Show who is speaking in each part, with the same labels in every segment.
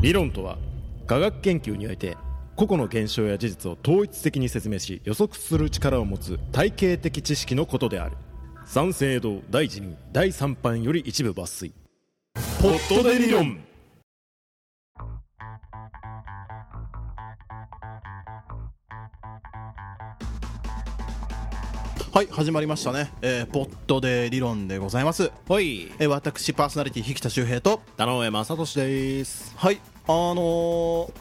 Speaker 1: 理論とは科学研究において個々の現象や事実を統一的に説明し予測する力を持つ体系的知識のことである三省堂第一任第三版より一部抜粋ポットで理論
Speaker 2: はい始まりましたね、えー、ポットで理論でございます、
Speaker 1: ほい
Speaker 2: えー、私パーソナリティ引田修平と
Speaker 1: 田上正俊です
Speaker 2: はいあのー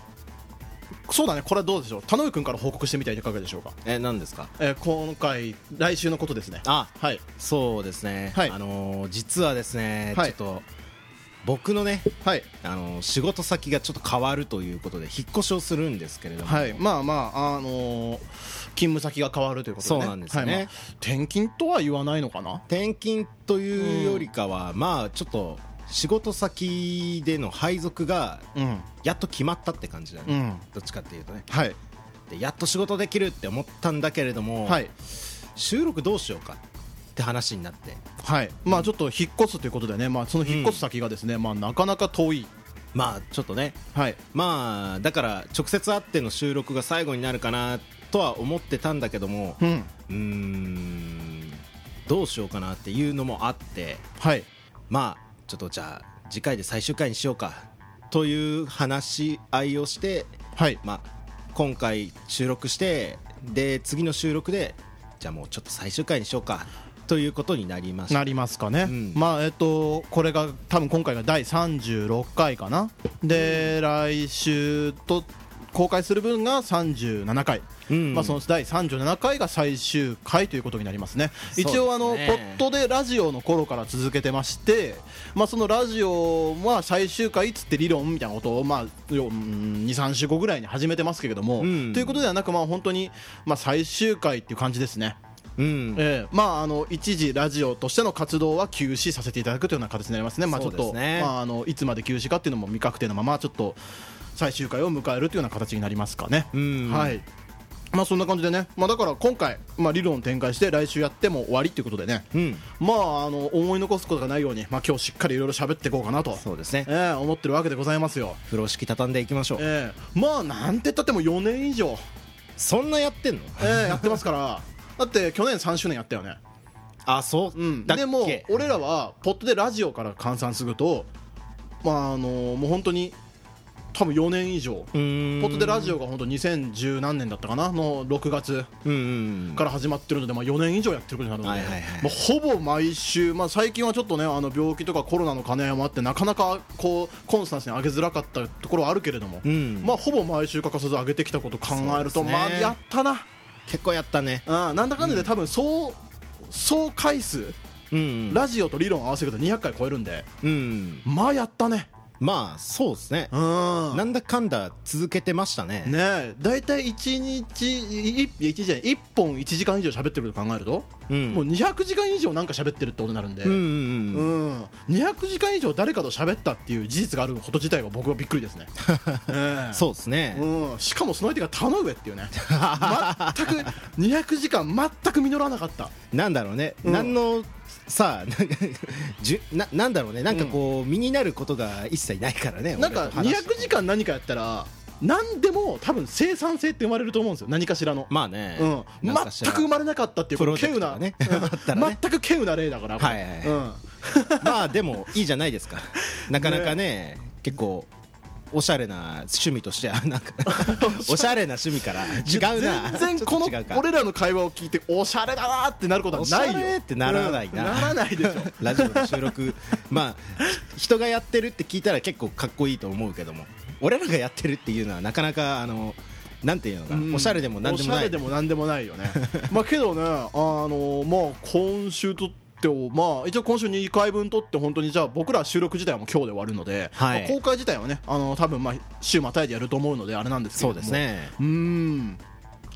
Speaker 2: そうだねこれはどうでしょう田上君から報告してみてはいかがでしょうか、
Speaker 1: え何ですか
Speaker 2: えー、今回来週のことですね
Speaker 1: あ
Speaker 2: はい
Speaker 1: そうですね、
Speaker 2: はい
Speaker 1: あのー実はですね、
Speaker 2: はい
Speaker 1: ちょっと僕のね、
Speaker 2: はい
Speaker 1: あのー仕事先がちょっと変わるということで引っ越しをするんですけれども、
Speaker 2: はいまあまああのー勤務先が変わるということで、ね、
Speaker 1: そうなんですね
Speaker 2: はいまあ転勤とは言わないのかな
Speaker 1: 転勤というよりかは、まあちょっと仕事先での配属が
Speaker 2: うん
Speaker 1: やっと決まったって感じだね、
Speaker 2: うん
Speaker 1: どっちかっていうとね
Speaker 2: はい
Speaker 1: でやっと仕事できるって思ったんだけれども、
Speaker 2: はい
Speaker 1: 収録どうしようかって話になって
Speaker 2: はいまあちょっと引っ越すということでねまあその引っ越す先がですね、まあなかなか遠い
Speaker 1: まあちょっとね
Speaker 2: はい
Speaker 1: まあだから直接会っての収録が最後になるかなとは思ってたんだけども
Speaker 2: うん
Speaker 1: うーんどうしようかなっていうのもあって
Speaker 2: はい
Speaker 1: まあちょっとじゃあ次回で最終回にしようかという話し合いをして、
Speaker 2: はい
Speaker 1: まあ、今回収録してで次の収録でじゃあもうちょっと最終回にしようかということになりました
Speaker 2: なりますかね、
Speaker 1: うん
Speaker 2: まあえっとこれが多分今回が第36回かなで、来週と公開する分が37回、
Speaker 1: うん
Speaker 2: まあ、その第37回が最終回ということになりますね
Speaker 1: うですね
Speaker 2: 一応あのポットでラジオの頃から続けてまして、まあ、そのラジオは最終回っつって理論みたいなことを、まあ、23週後ぐらいに始めてますけれども、
Speaker 1: うん
Speaker 2: ということではなく、まあ、本当に、まあ、最終回っていう感じですね。
Speaker 1: うん
Speaker 2: ええまああの一時ラジオとしての活動は休止させていただくというような形になりますね。まあちょっ
Speaker 1: そう
Speaker 2: と、
Speaker 1: ですね
Speaker 2: まああのいつまで休止かっていうのも未確定のままちょっと最終回を迎えるというような形になりますかね。
Speaker 1: うん
Speaker 2: はい。まあそんな感じでね。まあだから今回まあ理論を展開して来週やっても終わりということでね。
Speaker 1: うん
Speaker 2: まああの思い残すことがないようにまあ今日しっかりいろいろ喋っていこうかなと。
Speaker 1: そうですね
Speaker 2: ええ思ってるわけでございますよ。
Speaker 1: 風呂敷畳んでいきましょう、
Speaker 2: ええまあなんて言ったっても4年以上、
Speaker 1: そんなやってんの
Speaker 2: ええやってますから。だって去年3周年やったよね。
Speaker 1: あそう、
Speaker 2: うん、
Speaker 1: だっけ
Speaker 2: でも俺らはポットでラジオから換算すると、まああのもう本当に多分4年以上
Speaker 1: うーん
Speaker 2: ポットでラジオが本当2010何年だったかなの6月
Speaker 1: うんうん
Speaker 2: から始まってるので、まあ、4年以上やってることになるので、
Speaker 1: はいはいはい
Speaker 2: まあほぼ毎週、まあ、最近はちょっとねあの病気とかコロナの兼ね合いもあってなかなかこうコンスタンスに上げづらかったところはあるけれども、
Speaker 1: うん
Speaker 2: まあ、ほぼ毎週欠かさず上げてきたことを考える
Speaker 1: そ
Speaker 2: と、
Speaker 1: うですね
Speaker 2: まあやったな、
Speaker 1: 結構やったね
Speaker 2: うん、なんだかんだで多分総総回数
Speaker 1: うんうん
Speaker 2: ラジオと理論合わせると200回超えるんで、
Speaker 1: うん
Speaker 2: まあやったね。
Speaker 1: まあそうですね
Speaker 2: うん。
Speaker 1: な
Speaker 2: ね
Speaker 1: んだかんだ続けてましたね
Speaker 2: え、大体1日、1, じゃない1本1時間以上喋ってると考えると、
Speaker 1: うん
Speaker 2: もう200時間以上なんか喋ってるってことになるんで、
Speaker 1: うんうん
Speaker 2: う
Speaker 1: うん
Speaker 2: ん200時間以上誰かと喋ったっていう事実があること自体は僕はびっくりです ね。ええ
Speaker 1: そうですね
Speaker 2: うん、しかもその相手が田上っていうね全く200時間全く実らなかった
Speaker 1: なんだろうね
Speaker 2: うん
Speaker 1: 何のさ あなんかじゅななんだろうねなんかこう身になることが一切ないからね
Speaker 2: なんか
Speaker 1: 俺と話して
Speaker 2: 200時間何かやったら何でも多分生産性って生まれると思うんですよ何かしらの
Speaker 1: まあね
Speaker 2: うん、
Speaker 1: なんかしら
Speaker 2: 全く生まれなかったってい
Speaker 1: プ
Speaker 2: うこ
Speaker 1: ロ
Speaker 2: の
Speaker 1: ジェ
Speaker 2: 稀
Speaker 1: ク
Speaker 2: 有
Speaker 1: トがね
Speaker 2: な、うん
Speaker 1: あったらね
Speaker 2: 全く稀有な例だから、これ
Speaker 1: はいはいはい
Speaker 2: うん、
Speaker 1: まあでもいいじゃないです かなかなかね結構おしゃれな趣味としては なんかおしゃれな趣味から違う な
Speaker 2: 全
Speaker 1: ちょっ
Speaker 2: 然ことの
Speaker 1: 違うか
Speaker 2: 俺らの会話を聞いておしゃれだなってなることはないよ
Speaker 1: おしゃれってならないな
Speaker 2: うんならないでしょ
Speaker 1: ラジオの収録まあ人がやってるって聞いたら結構かっこいいと思うけども俺らがやってるっていうのはなかなかあのなんていうのかな、
Speaker 2: うん
Speaker 1: おしゃれでもなんでも
Speaker 2: おし
Speaker 1: な
Speaker 2: ゃ
Speaker 1: い
Speaker 2: れでもなんでもないよね まあけどねあのまあ今週とってもまあ一応今週2回分撮って本当にじゃあ僕ら収録自体はもう今日で終わるので、
Speaker 1: はい
Speaker 2: まあ公開自体はねあの多分まあ週またいでやると思うのであれなんですけ
Speaker 1: そ
Speaker 2: ど
Speaker 1: う
Speaker 2: も
Speaker 1: ですね
Speaker 2: うーん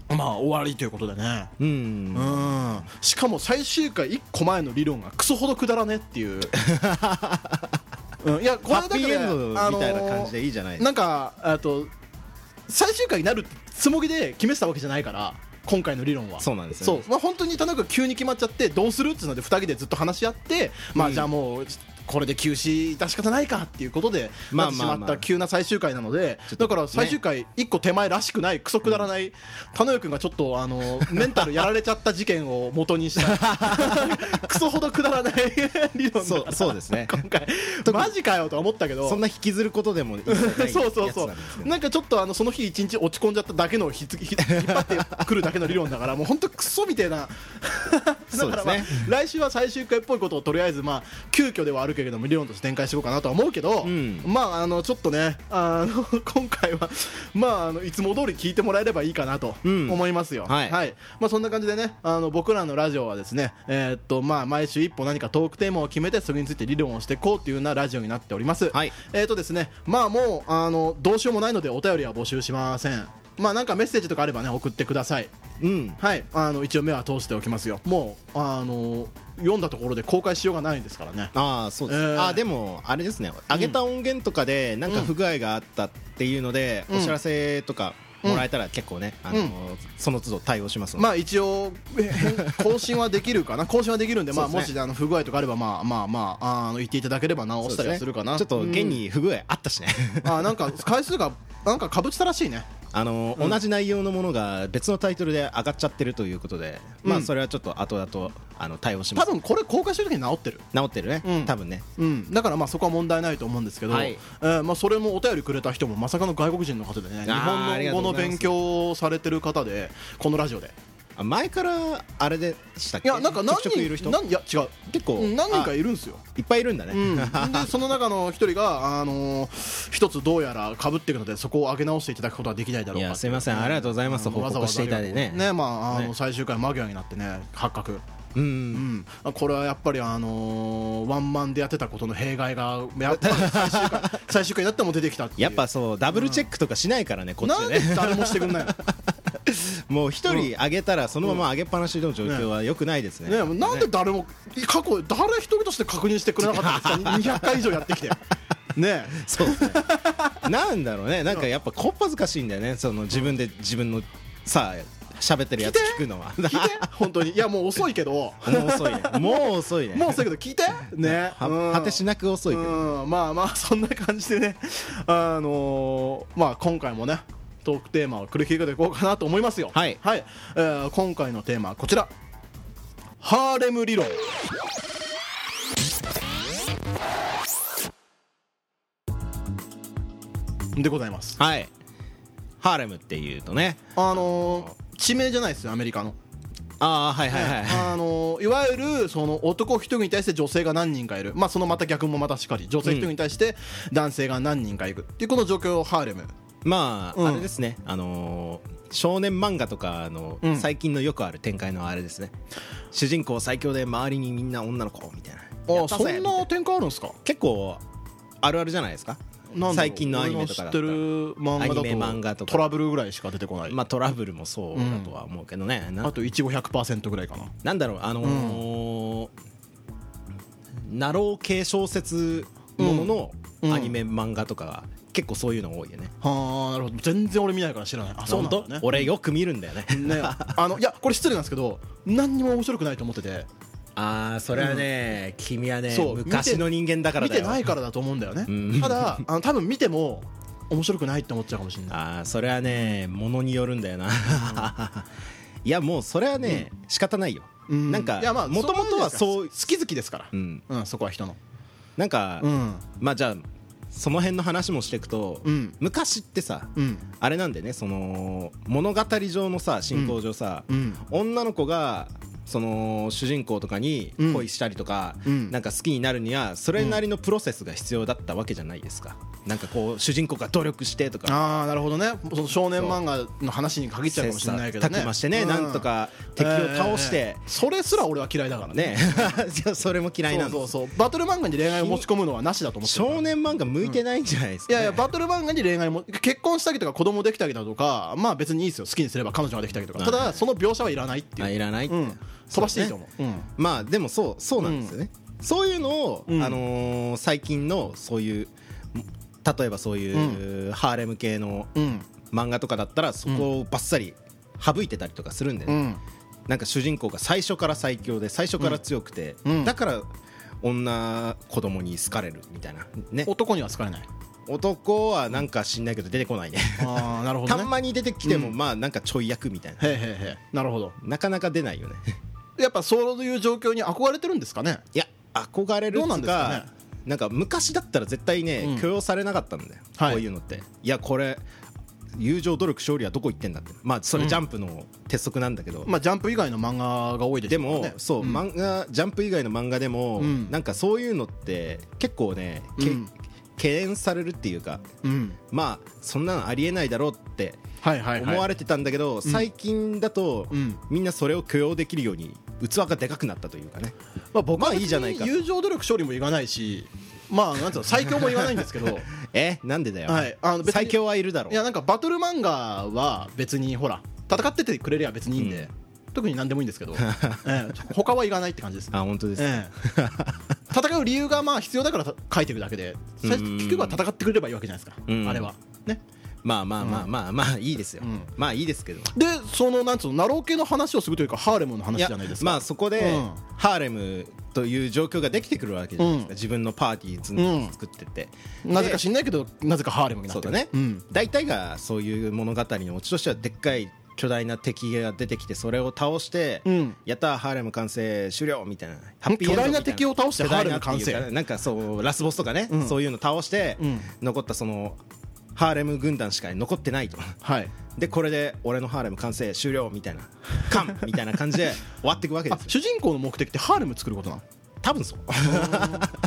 Speaker 2: まあ終わりということでね
Speaker 1: うん、
Speaker 2: うんしかも最終回1個前の理論がクソほどくだらねっ ていう、うん、いやこれ
Speaker 1: ハッ
Speaker 2: はだから
Speaker 1: ピーエンドみたいな感じで
Speaker 2: あ
Speaker 1: いいじゃない
Speaker 2: のーなんかあと最終回になるつもりで決めてたわけじゃないから今回の理論は
Speaker 1: そうなんですよ
Speaker 2: そ
Speaker 1: ね
Speaker 2: う、まあ、本当に田中急に決まっちゃってどうするっていうので2人でずっと話し合って、ま
Speaker 1: う
Speaker 2: あ、
Speaker 1: ん
Speaker 2: じゃあもうこれで休止致し方ないかっていうことでなっ
Speaker 3: まあ
Speaker 2: てしま
Speaker 3: ま
Speaker 2: っ
Speaker 3: あまあ
Speaker 2: た急な最終回なので
Speaker 3: ちょっと
Speaker 2: だから最終回一個手前らしくないクソくだらない田野君がちょっとあのメンタルやられちゃった事件を元にした クソほどくだらない理論
Speaker 3: そう
Speaker 2: が
Speaker 3: そうですね
Speaker 2: 今回マジかよとは思ったけど
Speaker 3: そんな引きずることでも一切ない
Speaker 2: そうそうそ
Speaker 3: やつなんですけ
Speaker 2: う
Speaker 3: ど
Speaker 2: なんかちょっとあのその日一日落ち込んじゃっただけのひつひ引っ張ってくるだけの理論だからもう本当クソみたいなだから、
Speaker 3: そ
Speaker 2: ま
Speaker 3: う
Speaker 2: あ
Speaker 3: です
Speaker 2: 来週は最終回っぽいことをとりあえずまあ急遽ではあるけれども理論として展開していこうかなとは思うけど、
Speaker 3: うん
Speaker 2: まああのちょっとねあの今回はまああのいつも通り聞いてもらえればいいかなと
Speaker 3: うん
Speaker 2: 思いますよ、
Speaker 3: はい
Speaker 2: まあ、そんな感じでねあの僕らのラジオはですね、えーっとまあ、毎週一歩何かトークテーマを決めてそれについて理論をしていこうというようなラジオになっております、
Speaker 3: はい
Speaker 2: えーとですね、まあもうあのどうしようもないのでお便りは募集しません。まあなんかメッセージとかあればね送ってください。
Speaker 3: うん
Speaker 2: はい、あの一応目は通しておきますよ。もうあの読んだところで公開しようがないんですからね。
Speaker 3: ああそうです、
Speaker 2: えー
Speaker 3: あーでもあれですね上げた音源とかでなんか不具合があったっていうので、
Speaker 2: うん
Speaker 3: お知らせとかもらえたら結構ね、あのーその都度対応しますので、
Speaker 2: まあ一応えー更新はできるかな、更新はできるんで、まあ
Speaker 3: そうで
Speaker 2: も
Speaker 3: す
Speaker 2: しあの不具合とかあればまあまあまああの言っていただければ直したりはするかな。
Speaker 3: ちょっと
Speaker 2: うん
Speaker 3: 現に不具合あったしね
Speaker 2: あなんか回数がなんか被ってたらしいね。
Speaker 3: あのー、
Speaker 2: うん
Speaker 3: 同じ内容のものが別のタイトルで上がっちゃってるということで、まあそれはちょっと後々あの対応しま
Speaker 2: 多
Speaker 3: す
Speaker 2: 分これ公開してる時に直ってる。
Speaker 3: 治ってるね、
Speaker 2: うん
Speaker 3: 多分ね
Speaker 2: うん、だからまあそこは問題ないと思うんですけど、
Speaker 3: はい
Speaker 2: えーまあ、それもお便りくれた人もまさかの外国人の方でね日
Speaker 3: あー
Speaker 2: 本の語の勉強をされてる方でこのラジオで
Speaker 3: あ前からあれでしたっ
Speaker 2: い
Speaker 3: け
Speaker 2: やなんか何
Speaker 3: ちょくちょくいる人
Speaker 2: 人なんいや違う
Speaker 3: 結構
Speaker 2: うん何人か
Speaker 3: あ
Speaker 2: いるんですよ、
Speaker 3: いっぱいいるんだね、
Speaker 2: うんでその中の一人が、あのー一つどうやらかぶってるのでそこを上げ直していただくことはできないだろう
Speaker 3: い
Speaker 2: か
Speaker 3: やすいませんありがとうございます報告していただいてね
Speaker 2: ねまああの
Speaker 3: ね
Speaker 2: 最終回間際になってね発覚
Speaker 3: うん、
Speaker 2: うん、あこれはやっぱり、あのーワンマンでやってたことの弊害がやっぱり最終 回最終回になっても出てきたっていう
Speaker 3: やっぱそうダブルチェックとかしないからね、こっ
Speaker 2: な
Speaker 3: ち
Speaker 2: んで
Speaker 3: で ね
Speaker 2: 誰もしてくんないの
Speaker 3: もう一人上げたらそのまま上げっぱなしの状況はよくないですね,、
Speaker 2: ねえなんで誰も過去誰一人として確認してくれなかったんですか200回以上やってきてねえ
Speaker 3: そうですねなんだろうねなんかやっぱこっぱずかしいんだよねその自分で自分のさ喋ってるやつ聞くのは
Speaker 2: 聞いて本当にいやもう遅いけど
Speaker 3: もう遅いねもう 遅いね
Speaker 2: もう遅いけど聞いてね
Speaker 3: は
Speaker 2: うん
Speaker 3: 果てしなく遅いけど、
Speaker 2: うんまあまあ そんな感じでねあのーまあ今回もねトークテーマを繰り広げていこうかなと思いますよ
Speaker 3: はい
Speaker 2: えー今回のテーマはこちらハーレム理論でございます
Speaker 3: はいハーレムっていうとね
Speaker 2: あのー地名じゃないですよアメリカの、
Speaker 3: ああはいはいはい、
Speaker 2: あのーいわゆるその男一人に対して女性が何人かいる、まあ、そのまた逆もまたしかり女性一人に対して男性が何人かいるっていうこの状況をハーレム
Speaker 3: まあ、
Speaker 2: うん
Speaker 3: あれですねあのー少年漫画とかの
Speaker 2: うん
Speaker 3: 最近のよくある展開のあれですね、主人公最強で周りにみんな女の子みたいなや
Speaker 2: あ
Speaker 3: った
Speaker 2: そ
Speaker 3: ぜ
Speaker 2: んな展開あるんですか
Speaker 3: 結構あるあるじゃないですか
Speaker 2: なんだろう
Speaker 3: 最近のアニメとかだったら
Speaker 2: 俺の知ってる漫画だと
Speaker 3: アニメ漫画とか
Speaker 2: トラブルぐらいしか出てこない、
Speaker 3: まあトラブルもそうだとは思うけどね、な
Speaker 2: あといちご100%ぐらいかな
Speaker 3: なんだろうあのーナロー系小説ものの
Speaker 2: うん
Speaker 3: アニメ漫画とかが結構そういうの多いよね、
Speaker 2: はあなるほど全然俺見ないから知らないあそうなん
Speaker 3: 本
Speaker 2: だ
Speaker 3: 当
Speaker 2: ね
Speaker 3: 俺よく見るんだよね
Speaker 2: ねあのいやこれ失礼なんですけど何にも面白くないと思ってて
Speaker 3: ああそれはね、君はね
Speaker 2: そう
Speaker 3: 昔の人間だから
Speaker 2: 見
Speaker 3: だよ
Speaker 2: てないからだと思うんだよね、
Speaker 3: うん
Speaker 2: ただあの多分見ても面白くないって思っちゃうかもしれない
Speaker 3: ああそれはねものによるんだよないやもうそれはね、仕方ないよ、
Speaker 2: うん
Speaker 3: なんか
Speaker 2: いやまあ
Speaker 3: もともとは
Speaker 2: そ
Speaker 3: そうう
Speaker 2: いう好き好きですから
Speaker 3: うん、
Speaker 2: うんそこは人の
Speaker 3: なんか、
Speaker 2: うん
Speaker 3: まあじゃあその辺の話もしていくと、
Speaker 2: うん
Speaker 3: 昔ってさ、
Speaker 2: うん
Speaker 3: あれなんでねその物語上のさ進行上さ、
Speaker 2: うん
Speaker 3: 女の子がその主人公とかに
Speaker 2: うん
Speaker 3: 恋したりとか、
Speaker 2: うん
Speaker 3: なんか好きになるにはそれなりのプロセスが必要だったわけじゃないですか、なんかこう主人公が努力してとか
Speaker 2: ああなるほどねその少年漫画の話に限っちゃうかもしれないけどね
Speaker 3: 切磋琢磨してね、
Speaker 2: う
Speaker 3: なんとか敵を倒し
Speaker 2: えええ
Speaker 3: て
Speaker 2: え、それすら俺は嫌いだからね
Speaker 3: ねじゃあ それも嫌いなんです
Speaker 2: そうそうそうバトル漫画に恋愛を持ち込むのはなしだと思ってるから
Speaker 3: 少年漫画向いてないんじゃないです
Speaker 2: い
Speaker 3: か、ね
Speaker 2: やいやバトル漫画に恋愛も結婚したりとか子供できたりだとかまあ別にいいですよ好きにすれば彼女ができたりとか
Speaker 3: はい
Speaker 2: ただその描写はいらないって
Speaker 3: あ
Speaker 2: い
Speaker 3: いうらないって、
Speaker 2: うん飛ばしていいと思ううん
Speaker 3: まあでもそうそうなんですよね、そういうのを、
Speaker 2: うん
Speaker 3: あのー最近のそういう例えばそういう、ハーレム系の
Speaker 2: うん
Speaker 3: 漫画とかだったらそこをバッサリ省いてたりとかするんで
Speaker 2: う
Speaker 3: ね、
Speaker 2: ん
Speaker 3: なんか主人公が最初から最強で最初から強くて、
Speaker 2: うん
Speaker 3: だから女子供に好かれるみたいなね
Speaker 2: 男には好かれない
Speaker 3: 男はなんか知んないけど出てこないね
Speaker 2: ああなるほど
Speaker 3: た
Speaker 2: ね
Speaker 3: んまに出てきても
Speaker 2: うん
Speaker 3: まあなんかちょい役みたいな
Speaker 2: へえへえへえなるほど
Speaker 3: なかなか出ないよね
Speaker 2: やっぱそういう状況に憧れてるんですかね
Speaker 3: いや憧れる
Speaker 2: どうな
Speaker 3: と
Speaker 2: んですか
Speaker 3: か
Speaker 2: ね
Speaker 3: なんか昔だったら絶対ね、
Speaker 2: うん
Speaker 3: 許容されなかったんだよ、
Speaker 2: はい
Speaker 3: こういうのっていやこれ友情努力勝利はどこ行ってんだってまあそれジャンプの鉄則なんだけど、
Speaker 2: まあジャンプ以外の漫画が多いでし
Speaker 3: で
Speaker 2: ょうから
Speaker 3: も
Speaker 2: ね
Speaker 3: そう、
Speaker 2: ん
Speaker 3: 漫画ジャンプ以外の漫画でも、
Speaker 2: うん
Speaker 3: なんかそういうのって結構ね、け
Speaker 2: うん
Speaker 3: 敬遠されるっていうか
Speaker 2: うん
Speaker 3: まあそんなのありえないだろうって
Speaker 2: はいはいはい
Speaker 3: 思われてたんだけど、最近だと、
Speaker 2: うん
Speaker 3: みんなそれを許容できるように器がでかくなったというかね
Speaker 2: まあ僕は
Speaker 3: まあいいじゃないか
Speaker 2: 別に友情努力勝利もいかないしまあなんつうの最強も言わないんです けど
Speaker 3: えなんでだよ、
Speaker 2: はいあの別に
Speaker 3: 最強はいるだろ
Speaker 2: いやなんかバトル漫画は別にほら戦っててくれりゃ別にいいんで、特に何でもいいんですけ ど、ええ、他はいらないって感じですね
Speaker 3: あ本当です、
Speaker 2: ええ戦う理由がまあ必要だから書いてるだけで最
Speaker 3: うん
Speaker 2: 結局は戦ってくれればいいわけじゃないですか、
Speaker 3: うん
Speaker 2: あれはね
Speaker 3: まあまあまあまあまあいいですよ、
Speaker 2: うん
Speaker 3: まあいいですけど
Speaker 2: でそのなんつうのナロー系の話をするというかハーレムの話じゃないですか
Speaker 3: まあそこで、
Speaker 2: うん
Speaker 3: ハーレムという状況ができてくるわけじゃないですか、
Speaker 2: うん
Speaker 3: 自分のパーティーず
Speaker 2: うん
Speaker 3: 作ってて、
Speaker 2: なぜか知んないけどなぜかハーレムにな
Speaker 3: そ
Speaker 2: っ
Speaker 3: う
Speaker 2: て
Speaker 3: だ
Speaker 2: る
Speaker 3: ね、
Speaker 2: うん
Speaker 3: 大体がそういう物語のオチとしてはでっかい巨大な敵が出てきてそれを倒して、
Speaker 2: うん
Speaker 3: やったーハーレム完成終了みたいなハッピーエンド
Speaker 2: 巨大
Speaker 3: みたい
Speaker 2: な敵を倒して
Speaker 3: 巨
Speaker 2: ハ
Speaker 3: 大な
Speaker 2: ーレム完成
Speaker 3: っていうかなんかそうラスボスとかね、
Speaker 2: うん
Speaker 3: そういうの倒して、
Speaker 2: うん
Speaker 3: 残ったそのハーレム軍団しか残ってないと
Speaker 2: はい
Speaker 3: でこれで俺のハーレム完成終了みたいなカンみたいな感じで終わっていくわけで
Speaker 2: あ
Speaker 3: すよ
Speaker 2: 主人公の目的ってハーレム作ることなの
Speaker 3: 多分そう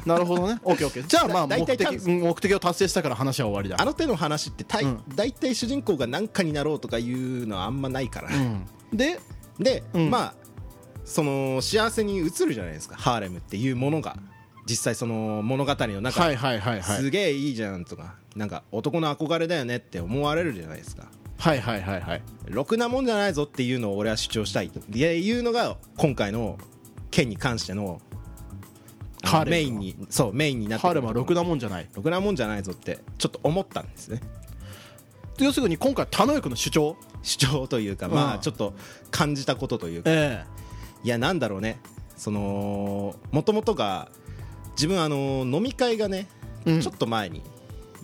Speaker 2: なるほどねオッケーオッケ ーじゃあまあ
Speaker 3: だ
Speaker 2: 目
Speaker 3: 大体
Speaker 2: 的
Speaker 3: 多分そう
Speaker 2: うん目的を達成したから話は終わりだ
Speaker 3: あの手の話って大,、
Speaker 2: うん
Speaker 3: 大体主人公が何かになろうとかいうのはあんまないから、
Speaker 2: うんで
Speaker 3: で、
Speaker 2: うん
Speaker 3: まあその幸せに移るじゃないですかハーレムっていうものが実際その物語の中で、
Speaker 2: はいはいはいはい
Speaker 3: すげえいいじゃんとかなんか男の憧れだよねって思われるじゃないですか
Speaker 2: はいはいはいはい
Speaker 3: ろくなもんじゃないぞっていうのを俺は主張したいっていうのが今回の件に関してのあの
Speaker 2: ハーレム
Speaker 3: メインにそうメインになって
Speaker 2: ハー
Speaker 3: く
Speaker 2: レ
Speaker 3: る
Speaker 2: ムはろくなもんじゃない
Speaker 3: ろくなもんじゃないぞってちょっと思ったんですね
Speaker 2: 要するに今回田之江君の主張
Speaker 3: 主張というかま
Speaker 2: う
Speaker 3: あ
Speaker 2: ん
Speaker 3: ちょっと感じたことというか
Speaker 2: え
Speaker 3: いやなんだろうねそのもともとが自分あの飲み会がね、
Speaker 2: うん
Speaker 3: ちょっと前に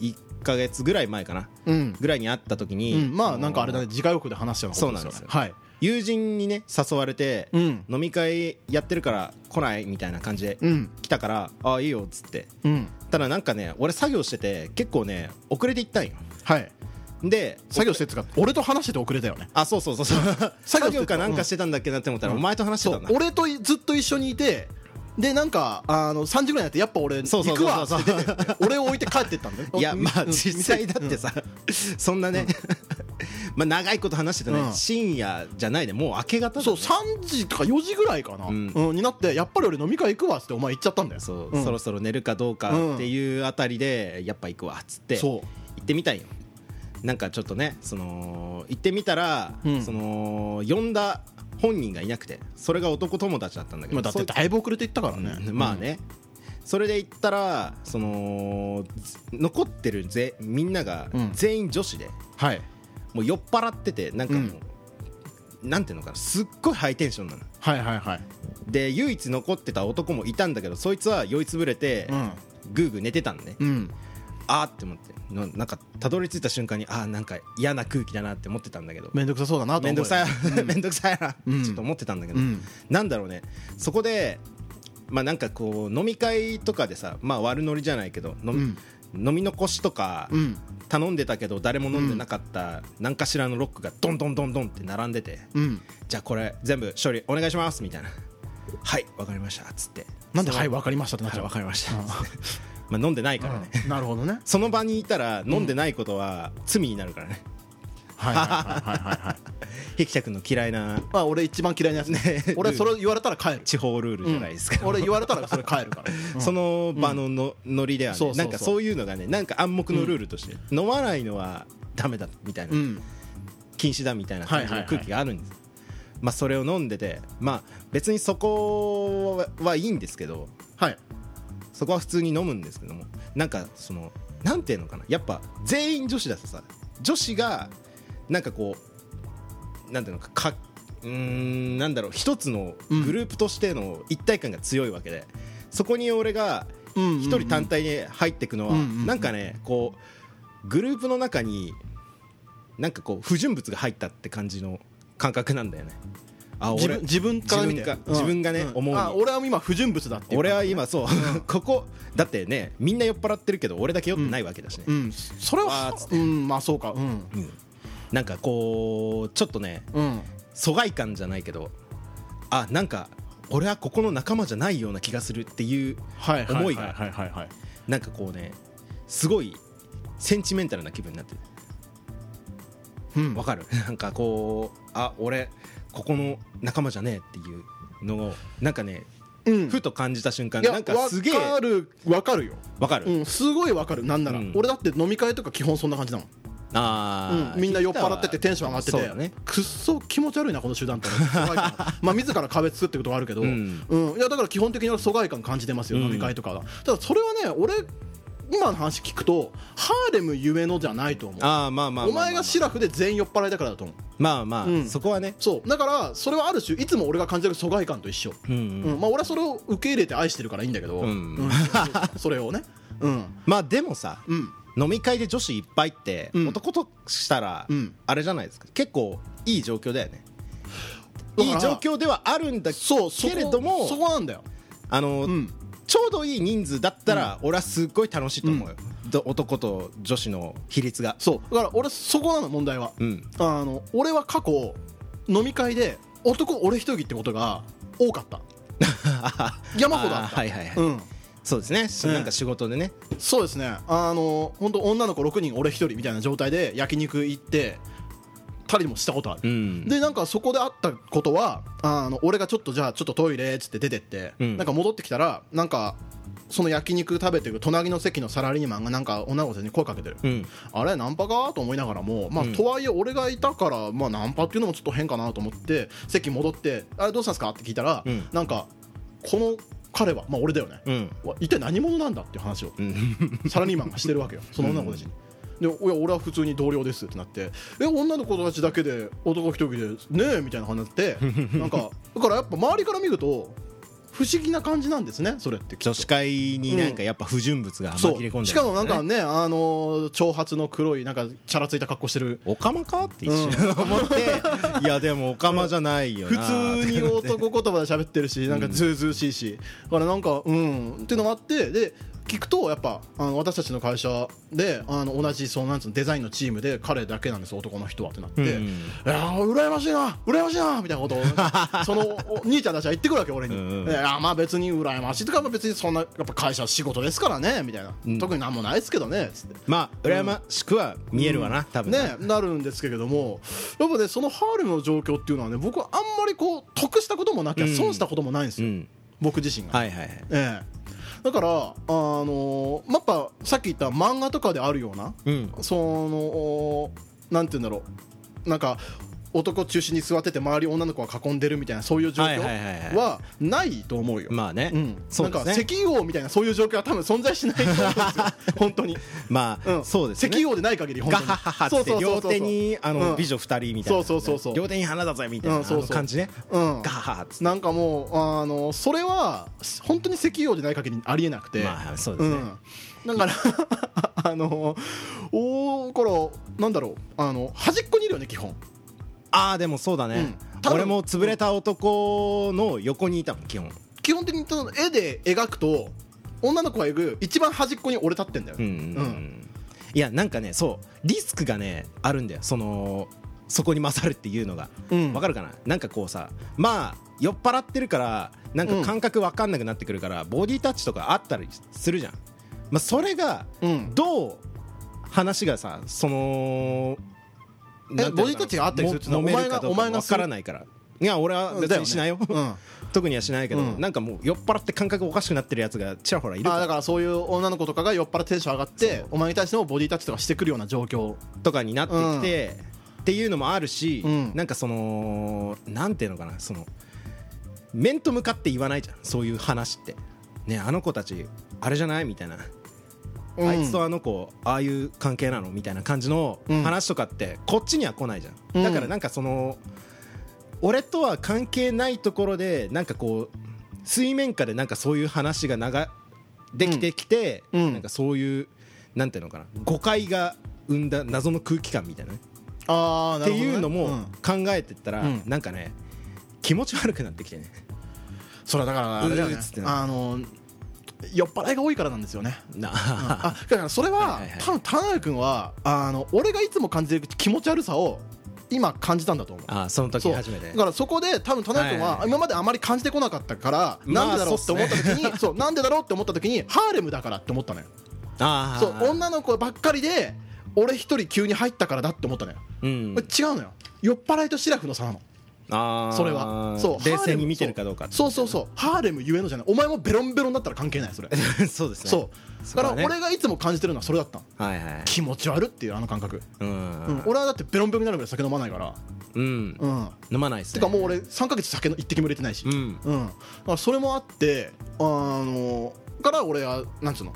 Speaker 3: 1か月ぐらい前かな
Speaker 2: えうん
Speaker 3: ぐらいにあった時に、
Speaker 2: うん、まあなんかあれだ
Speaker 3: の
Speaker 2: ね自家欲で話したようなことですよね
Speaker 3: そうな
Speaker 2: はい
Speaker 3: 友人にね誘われて、
Speaker 2: うん
Speaker 3: 飲み会やってるから来ないみたいな感じで
Speaker 2: うん
Speaker 3: 来たから、ああいいよっつって
Speaker 2: うん
Speaker 3: ただなんかね俺作業してて結構ね遅れて行ったんよ
Speaker 2: はい
Speaker 3: で
Speaker 2: 作業してってか俺と話してて遅れたよね
Speaker 3: あそうそうそうそ う
Speaker 2: 作業してた
Speaker 3: 作業かなんかしてたんだっけなって思ったら、
Speaker 2: うん
Speaker 3: お前と話して
Speaker 2: そ
Speaker 3: た
Speaker 2: うん
Speaker 3: だ
Speaker 2: 俺とずっと一緒にいてでなんかあの3時ぐらいになってやっぱ俺
Speaker 3: そうそ
Speaker 2: 行
Speaker 3: う
Speaker 2: く
Speaker 3: そう
Speaker 2: わっ
Speaker 3: そ
Speaker 2: て
Speaker 3: う
Speaker 2: 出てって俺を置いて帰ってったんだよ
Speaker 3: いやまあ
Speaker 2: うん
Speaker 3: 実際だってさ、そんなね、 まあ長いこと話してたね、
Speaker 2: うん
Speaker 3: 深夜じゃないでもう明け方だね
Speaker 2: そう3時とか4時ぐらいかな、う
Speaker 3: うんん
Speaker 2: になってやっぱり俺飲み会行くわっつってお前行っちゃったんだよ
Speaker 3: そう、
Speaker 2: うん
Speaker 3: そろそろ寝るかどうかっていうあたりでやっぱ行くわっつって行
Speaker 2: そ
Speaker 3: ってみたんよなんかちょっとねその行ってみたら、
Speaker 2: うん
Speaker 3: その呼んだ本人がいなくてそれが男友達だったんだけ
Speaker 2: う、ま
Speaker 3: ど、
Speaker 2: あ、だっ
Speaker 3: そ
Speaker 2: て
Speaker 3: い
Speaker 2: だいぶ遅れて行ったからね、
Speaker 3: うんまあね、それで行ったらそのず残ってるぜみんなが
Speaker 2: うん
Speaker 3: 全員女子で、
Speaker 2: はい
Speaker 3: もう酔っ払っててなんかもう、なんていうのかなすっごいハイテンションなの
Speaker 2: はいはいはい
Speaker 3: で唯一残ってた男もいたんだけどそいつは酔いつぶれて、
Speaker 2: うん
Speaker 3: グーグー寝てたんね、
Speaker 2: うん
Speaker 3: あーって思ってのなんかたどり着いた瞬間にあーなんか嫌な空気だなって思ってたんだけど
Speaker 2: 面倒くさそうだなと思う
Speaker 3: めん
Speaker 2: よ
Speaker 3: どくさい めんどくさいな、
Speaker 2: うん
Speaker 3: ちょっと思ってたんだけど、
Speaker 2: うん
Speaker 3: なんだろうねそこでまあなんかこう飲み会とかでさまあ悪ノリじゃないけど飲み,、飲み残しとか
Speaker 2: うん
Speaker 3: 頼んでたけど誰も飲んでなかった何かしらのロックがどんどんどんどんって並んでて、
Speaker 2: うん
Speaker 3: じゃあこれ全部処理お願いしますみたいなはいわかりましたっつって
Speaker 2: なんで「はい
Speaker 3: わ
Speaker 2: 分かりました」ってなっちゃう
Speaker 3: かりました
Speaker 2: うん
Speaker 3: つってまあ飲んでないからね、
Speaker 2: なるほどね
Speaker 3: その場にいたら飲んでないことは罪になるからね
Speaker 2: はいはいはいはいはい
Speaker 3: ひきたくんの嫌いな
Speaker 2: まあ俺一番嫌いなやつね俺それ言われたら帰る
Speaker 3: 地方ルールじゃないですか、
Speaker 2: 俺言われたらそれ帰るから、うん
Speaker 3: その場のの、ノリではね
Speaker 2: そうそうそう
Speaker 3: なんかそういうのがねなんか暗黙のルールとして、飲まないのはダメだみたいな、
Speaker 2: うん
Speaker 3: 禁止だみたいな感
Speaker 2: は
Speaker 3: じ
Speaker 2: い
Speaker 3: の
Speaker 2: はいはい
Speaker 3: 空気があるんです、まあそれを飲んでてまあ別にそこははいいんですけど
Speaker 2: はい
Speaker 3: そこは普通に飲むんですけどもなんかそのなんていうのかなやっぱ全員女子だとさ女子がなんかこうなんていうのかかうーんなんだろう一つのグループとしての一体感が強いわけで、そこに俺が
Speaker 2: 一
Speaker 3: 一人単体に入っていくのは、
Speaker 2: うんうんうん
Speaker 3: なんかねこうグループの中になんかこう不純物が入ったって感じの感覚なんだよねあ
Speaker 2: 自
Speaker 3: 俺
Speaker 2: 分自分から見て
Speaker 3: 自分が自分がね思うに
Speaker 2: あ俺は今不純物だっていう
Speaker 3: 俺は今そう ここだってねみんな酔っ払ってるけど俺だけ酔ってないわけだしね、
Speaker 2: うんそれ
Speaker 3: わー
Speaker 2: は
Speaker 3: っつっ
Speaker 2: うんまあそうかうん
Speaker 3: うんなんかこうちょっとね
Speaker 2: うん
Speaker 3: 疎外感じゃないけどあなんか俺はここの仲間じゃないような気がするっていう
Speaker 2: はいはい
Speaker 3: 思い
Speaker 2: はい
Speaker 3: が
Speaker 2: はいはいはい
Speaker 3: なんかこうねすごいセンチメンタルな気分になってる
Speaker 2: うん
Speaker 3: わかる なんかこうあ俺ここの仲間じゃねえっていうのをなんかね
Speaker 2: うん
Speaker 3: ふと感じた瞬間
Speaker 2: いや
Speaker 3: なんかすげえ
Speaker 2: わかるわかるよ
Speaker 3: わかる、
Speaker 2: うんすごいわかるなんなら
Speaker 3: うん
Speaker 2: 俺だって飲み会とか基本そんな感じだもん
Speaker 3: あー、
Speaker 2: うんみんな酔っ払っててテンション上がって
Speaker 3: そうだね
Speaker 2: てくっそ気持ち悪いなこの集団って 疎外感まあ自ら壁作っていくことはあるけど
Speaker 3: う
Speaker 2: うんんいやだから基本的に俺疎外感感じてますよ
Speaker 3: うん
Speaker 2: 飲み会とかがただそれはね俺今の話聞くとハーレムゆえのじゃないと思う
Speaker 3: あーまあまあまあまあ
Speaker 2: お前がシラフで全員酔っ払いだからだと思う
Speaker 3: まあまあ、
Speaker 2: うん
Speaker 3: そこはね
Speaker 2: そうだからそれはある種いつも俺が感じてる疎外感と一緒、
Speaker 3: うんうん
Speaker 2: うんまあ、俺はそれを受け入れて愛してるからいいんだけど、
Speaker 3: うん
Speaker 2: そうそれをねうん
Speaker 3: まあでもさ、
Speaker 2: うん
Speaker 3: 飲み会で女子いっぱいって、
Speaker 2: うん
Speaker 3: 男としたら、
Speaker 2: うん
Speaker 3: あれじゃないですか結構いい状況だよね
Speaker 2: だ
Speaker 3: い
Speaker 2: か
Speaker 3: い
Speaker 2: ら
Speaker 3: 状況ではあるんだ
Speaker 2: そうそこ
Speaker 3: けれども
Speaker 2: そこなんだよ、
Speaker 3: あの、
Speaker 2: うん、
Speaker 3: ちょうどいい人数だったら、俺はすっごい楽しいと思うよ、ど男と女子の比率が
Speaker 2: そうだから俺そこなの問題は、
Speaker 3: うん
Speaker 2: あの俺は過去飲み会で男俺一人ってことが多か った山ほどあ
Speaker 3: あ
Speaker 2: っ
Speaker 3: ー
Speaker 2: た
Speaker 3: はいはいはい
Speaker 2: うん、
Speaker 3: そうですね、し
Speaker 2: うん
Speaker 3: なんか仕事でね
Speaker 2: そうですねあの本当女の子6人俺一人みたいな状態で焼肉行ってたりもしたことある、
Speaker 3: うん
Speaker 2: でなんかそこであったことはあの俺がちょっとじゃあちょっとトイレっつって出てって、
Speaker 3: うん
Speaker 2: なんか戻ってきたらなんかその焼肉食べてる隣の席のサラリーマンがなんか女の子に声かけてる、
Speaker 3: うん
Speaker 2: あれナンパかと思いながらも、まあ
Speaker 3: うん
Speaker 2: とはいえ俺がいたから、まあ、ナンパっていうのもちょっと変かなと思って席戻ってあれどうしたんですかって聞いたら、
Speaker 3: うん
Speaker 2: なんかこの彼は、まあ、俺だよね、
Speaker 3: うん
Speaker 2: わ一体何者なんだっていう話を
Speaker 3: うん
Speaker 2: サラリーマンがしてる わけよその女の子たちに。でいや俺は普通に同僚ですってなってえ女の子たちだけで男一人でねえみたいな感じにな ってなんかだからやっぱ周りから見ると不思議な感じなんですねそれってきっと
Speaker 3: 女子会になんかやっぱ不純物が
Speaker 2: そ
Speaker 3: 紛れ込んでる、
Speaker 2: うしかもなんかねあのー長髪の黒いなんかチャラついた格好してる
Speaker 3: おかまかって一瞬思って、いやでもおかまじゃないよ
Speaker 2: 普
Speaker 3: な
Speaker 2: 通に男言葉で喋ってるしなんかズうずうしいしだからなんかうんっていうのがあってで聞くとやっぱあの私たちの会社であの同じそのなんつうのデザインのチームで彼だけなんです男の人はってなって、
Speaker 3: うん
Speaker 2: いやー羨ましいな羨ましいなみたいなこと をそのお兄ちゃんたちは言ってくるわけ俺に、
Speaker 3: うんうん
Speaker 2: いやまあ別に羨ましいとかまあ別にそんなやっぱ会社は仕事ですからねみたいな、
Speaker 3: うん
Speaker 2: 特になんもないですけどねつって
Speaker 3: まあ羨ましくは見えるわな、多分
Speaker 2: ねなるんですけれどもやっぱねそのハーレムの状況っていうのはね僕はあんまりこう得したこともなきゃ
Speaker 3: うん
Speaker 2: 損したこともないんです
Speaker 3: う
Speaker 2: よ、
Speaker 3: ん
Speaker 2: 僕自身が、
Speaker 3: はいはいはい
Speaker 2: ええだから、あのーやっぱさっき言った漫画とかであるような
Speaker 3: うん
Speaker 2: そのなんて言うんだろうなんか男中心に座ってて周り女の子が囲んでるみたいなそういう状
Speaker 3: はい
Speaker 2: 況
Speaker 3: はいはいはい
Speaker 2: はないと思うよ、
Speaker 3: まあね、
Speaker 2: うん、
Speaker 3: そう
Speaker 2: な
Speaker 3: で
Speaker 2: ん
Speaker 3: す
Speaker 2: か
Speaker 3: ね
Speaker 2: 石油王みたいなそういう状況は多分存在しないと思うん ですよ本当に。
Speaker 3: まあ、
Speaker 2: うん、
Speaker 3: そうですね
Speaker 2: 石油王でない限り本当
Speaker 3: ガ
Speaker 2: に
Speaker 3: ハハハって両手にあの、
Speaker 2: うん
Speaker 3: 美女二人みたい
Speaker 2: そ
Speaker 3: な、
Speaker 2: うそうそうそう
Speaker 3: 両手に花だぜみたいな、
Speaker 2: うんそうそう
Speaker 3: あの感じね
Speaker 2: うん
Speaker 3: ガ、ハハって
Speaker 2: なんかもうあのそれは本当に石油王でない限りありえなくて、
Speaker 3: まあそうで
Speaker 2: う
Speaker 3: すね、
Speaker 2: ん、だから あのおからなんだろうあの端っこにいるよね基本
Speaker 3: ああでもそうだね、
Speaker 2: うん多分
Speaker 3: 俺も潰れた男の横にいたもん基本
Speaker 2: 基本的にその絵で描くと女の子が描く一番端っこに俺立ってんだよ、
Speaker 3: うん、
Speaker 2: ね
Speaker 3: うんうん、いやなんかねそうリスクがねあるんだよそのそこに勝るっていうのが
Speaker 2: うん
Speaker 3: わかるかななんかこうさまあ酔っ払ってるからなんか感覚わかんなくなってくるから、ボディタッチとかあったりするじゃん、まあ、それが
Speaker 2: うん
Speaker 3: どう話がさその
Speaker 2: え
Speaker 3: なんていうのかな
Speaker 2: ボディタッチがあったりするってのは
Speaker 3: も揉めるかどう
Speaker 2: お
Speaker 3: か
Speaker 2: 前がお前が
Speaker 3: わ
Speaker 2: する
Speaker 3: からないからいや俺は
Speaker 2: だ
Speaker 3: 別
Speaker 2: よね
Speaker 3: にしないよ、
Speaker 2: うんあ
Speaker 3: 特にはしないけど、
Speaker 2: うん
Speaker 3: なんかもう酔っ払って感覚おかしくなってるやつがちらほらいるから
Speaker 2: だからそういう女の子とかが酔っ払ってテンション上がってお前に対してもボディタッチとかしてくるような状況
Speaker 3: とかになってきて、っていうのもあるし、
Speaker 2: うん
Speaker 3: なんかそのなんていうのかなその面と向かって言わないじゃんそういう話ってねあの子たちあれじゃないみたいな、あいつとあの子ああいう関係なのみたいな感じの
Speaker 2: うん
Speaker 3: 話とかってこっちには来ないじゃん、
Speaker 2: うん
Speaker 3: だからなんかその俺とは関係ないところでなんかこう水面下でなんかそういう話が長できてきて、
Speaker 2: うんうん
Speaker 3: なんかそういうなんていうのかな誤解が生んだ謎の空気感みたいなね、
Speaker 2: あー
Speaker 3: っ
Speaker 2: な
Speaker 3: て
Speaker 2: るほどね
Speaker 3: いうのも
Speaker 2: うん
Speaker 3: 考えてったら、
Speaker 2: うん
Speaker 3: なんかね気持ち悪くなってきてね
Speaker 2: それはだからあれだよ
Speaker 3: う
Speaker 2: ね
Speaker 3: ーっつってな
Speaker 2: あの酔っ払いが多いからなんですよね
Speaker 3: な
Speaker 2: あだからそれは
Speaker 3: はいはいはい
Speaker 2: 多分田辺君はあの俺がいつも感じてる気持ち悪さを今感じたんだと思う
Speaker 3: あその時
Speaker 2: そう
Speaker 3: 初めて
Speaker 2: だからそこで多分田中君
Speaker 3: はい
Speaker 2: は
Speaker 3: はい
Speaker 2: 今まであまり感じてこなかったから
Speaker 3: まあ
Speaker 2: なんでだろうって
Speaker 3: そう
Speaker 2: 思
Speaker 3: っ
Speaker 2: った時にそうなんでだろうって思った時にハーレムだからって思ったのよ
Speaker 3: あー
Speaker 2: そう女の子ばっかりで俺一人急に入ったからだって思ったのよ
Speaker 3: うん
Speaker 2: これ違うのよ酔っ払いとシラフの差なの
Speaker 3: あー
Speaker 2: それはそう
Speaker 3: 冷
Speaker 2: ハーレ
Speaker 3: 静
Speaker 2: ム
Speaker 3: に見てるかどうかって
Speaker 2: そうそうそうハーレムゆえのじゃないお前もベロンベロンだったら関係ないそれ
Speaker 3: そうですね
Speaker 2: そうだ
Speaker 3: れ
Speaker 2: か
Speaker 3: は
Speaker 2: ら
Speaker 3: ね
Speaker 2: 俺がいつも感じてるのはそれだったの
Speaker 3: はいはい
Speaker 2: 気持ち悪っていうあの感覚
Speaker 3: う
Speaker 2: うん
Speaker 3: ん、
Speaker 2: 俺はだってベロンベロンになるぐらい酒飲まないから
Speaker 3: うん
Speaker 2: うん
Speaker 3: 飲まないです
Speaker 2: て
Speaker 3: ね
Speaker 2: かもう俺3ヶ月酒の一滴も入れてないし
Speaker 3: うん
Speaker 2: うん、だからそれもあってあのから俺はなんつうの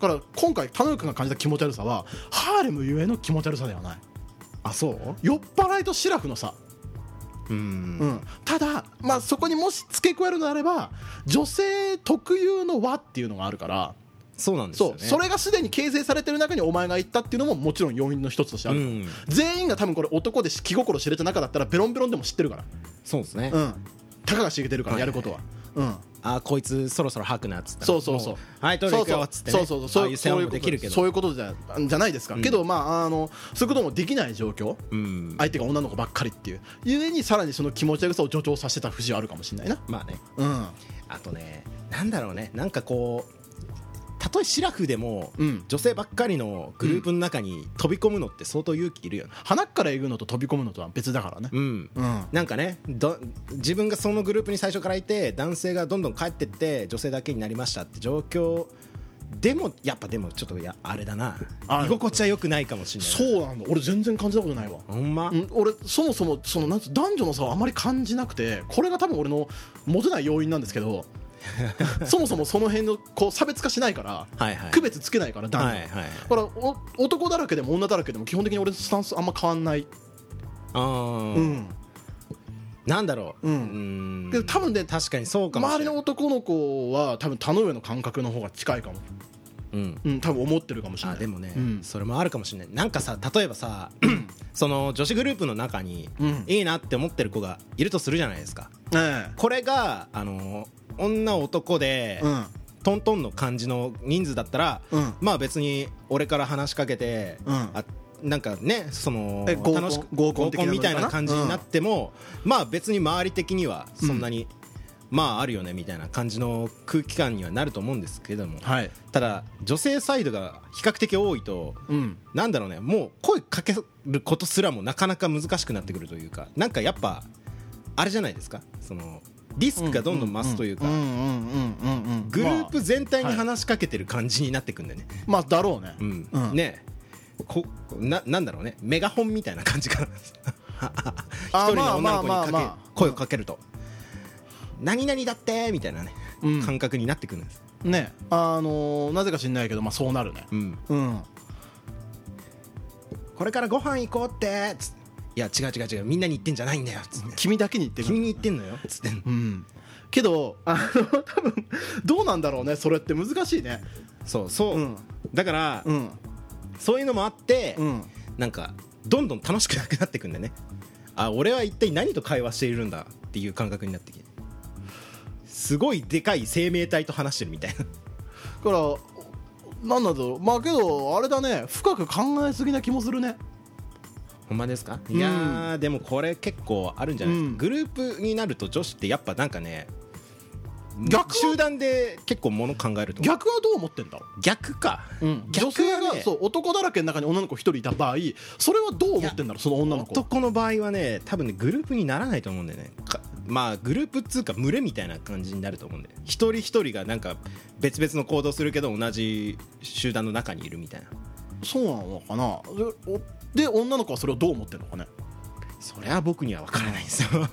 Speaker 2: から今回田辺君が感じた気持ち悪さはハーレムゆえの気持ち悪さではない
Speaker 3: あそう
Speaker 2: 酔っ払いとシラフの差、
Speaker 3: うん
Speaker 2: うん、ただ、まあ、そこにもし付け加えるのであれば女性特有の和っていうのがあるから
Speaker 3: そうなんですよ
Speaker 2: そ
Speaker 3: ね
Speaker 2: うそれがすでに形成されてる中にお前が行ったっていうのももちろん要因の一つとしてあ
Speaker 3: う
Speaker 2: る、
Speaker 3: ん
Speaker 2: 全員が多分これ男で気心知れた中だったらベロンベロンでも知ってるから、
Speaker 3: そうですね
Speaker 2: うん、たかが知れてるからやることは。うん
Speaker 3: あーこいつそろそろ吐くなっつったら
Speaker 2: そうそうそう
Speaker 3: もはいトイレ行くよっつってね
Speaker 2: そうそうそうそう
Speaker 3: ああいう世話もできるけど
Speaker 2: そういうことじゃじゃないですか、けどまああのそういうこともできない状況
Speaker 3: うん
Speaker 2: 相手が女の子ばっかりっていうゆえにさらにその気持ち悪さを助長させてた節はあるかもしれないな
Speaker 3: まあね
Speaker 2: うん
Speaker 3: あとねなんだろうねなんかこうたとえシラフでも、
Speaker 2: うん
Speaker 3: 女性ばっかりのグループの中に飛び込むのって相当勇気いるよね
Speaker 2: 鼻からえぐのと飛び込むのとは別だからね
Speaker 3: うん
Speaker 2: うん
Speaker 3: なんかねど自分がそのグループに最初からいて男性がどんどん帰ってって女性だけになりましたって状況でもやっぱでもちょっとやあれだな
Speaker 2: あ
Speaker 3: 居心地は良くないかもしれない
Speaker 2: そうなんだ俺全然感じたことないわ
Speaker 3: ほんま
Speaker 2: うん俺そもそもそのなんつう男女の差をあまり感じなくてこれが多分俺のモテない要因なんですけ どそもそもその辺のこう差別化しないから
Speaker 3: はいはい
Speaker 2: 区別つけないから男女、
Speaker 3: はいはい
Speaker 2: だからお男だらけでも女だらけでも基本的に俺のスタンスあんま変わんない、
Speaker 3: あー
Speaker 2: うん
Speaker 3: なんだろう
Speaker 2: う
Speaker 3: うんん
Speaker 2: けど多分ね
Speaker 3: 確かにそうかもし
Speaker 2: 周
Speaker 3: れ
Speaker 2: り
Speaker 3: ない
Speaker 2: の男の子は多分田上の感覚の方が近いかも、
Speaker 3: うん
Speaker 2: うん、多分思ってるかもしれ
Speaker 3: あ
Speaker 2: ない
Speaker 3: でもね、
Speaker 2: うん
Speaker 3: それもあるかもしれないなんかさ例えばさ その女子グループの中に、
Speaker 2: うん
Speaker 3: いいなって思ってる子がいるとするじゃないですか
Speaker 2: え
Speaker 3: これがあの女男
Speaker 2: え、
Speaker 3: で
Speaker 2: うん
Speaker 3: トントンの感じの人数だったら、
Speaker 2: うん
Speaker 3: まあ別に俺から話しかけて、
Speaker 2: うん
Speaker 3: あなんかねその
Speaker 2: え合コン
Speaker 3: 楽しく
Speaker 2: 合コン的なのかな
Speaker 3: みたいな感じになっても、まあ別に周り的にはそんなに、まああるよねみたいな感じの空気感にはなると思うんですけれども、
Speaker 2: はい
Speaker 3: ただ女性サイドが比較的多いと、
Speaker 2: うん
Speaker 3: なんだろうねもう声かけることすらもなかなか難しくなってくるというかなんかやっぱあれじゃないですかそのリスクがどんどん増すというか、
Speaker 2: うんうんうんうんうん
Speaker 3: グループ
Speaker 2: ま
Speaker 3: 全体に話しかけてる感じになってくんだよね、
Speaker 2: あ、まあだろうね、
Speaker 3: うん
Speaker 2: うん
Speaker 3: ねこななんだろうねメガホンみたいな感じかな
Speaker 2: あ
Speaker 3: 一人の女の子に
Speaker 2: まあまあま
Speaker 3: か
Speaker 2: あ
Speaker 3: け、
Speaker 2: まあ
Speaker 3: 声をかけると「何々だって」みたいなね、
Speaker 2: うん
Speaker 3: 感覚になってくるんです、
Speaker 2: ねあのーなぜか知んないけどまあそうなるね
Speaker 3: うん、
Speaker 2: うん
Speaker 3: これからご飯行こうってつっていや違う違う違うみんなに言ってんじゃないんだよ」つって
Speaker 2: 君だけに言ってる
Speaker 3: 君に言ってんのよつって
Speaker 2: うんけどあの多分どうなんだろうねそれって難しいね
Speaker 3: そうそう、
Speaker 2: うん
Speaker 3: だから、
Speaker 2: うん
Speaker 3: そういうのもあって、
Speaker 2: うん
Speaker 3: なんかどんどん楽しくなくなってくんだよねあ俺は一体何と会話しているんだっていう感覚になってきてすごいでかい生命体と話してるみたいな
Speaker 2: だからなんなんだろうまあけどあれだね深く考えすぎな気もするね
Speaker 3: ほんまですかいやー、でもこれ結構あるんじゃないですか、
Speaker 2: うん
Speaker 3: グループになると女子ってやっぱなんかね
Speaker 2: 逆は
Speaker 3: 集団で結構もの考えると思う
Speaker 2: 逆はどう思ってんだろ
Speaker 3: 逆か、
Speaker 2: う、うん、女
Speaker 3: 逆は
Speaker 2: 性
Speaker 3: ね
Speaker 2: がそう男だらけの中に女の子一人いた場合それはどう思ってんだろうその女の子
Speaker 3: 男の場合はね多分ねグループにならないと思うんだよねかまあグループっつうか群れみたいな感じになると思うんだよ一人一人がなんか別々の行動するけど同じ集団の中にいるみたいな
Speaker 2: そうなのかなでおで女の子はそれをどう思ってんのかね
Speaker 3: それは僕には分からないです よ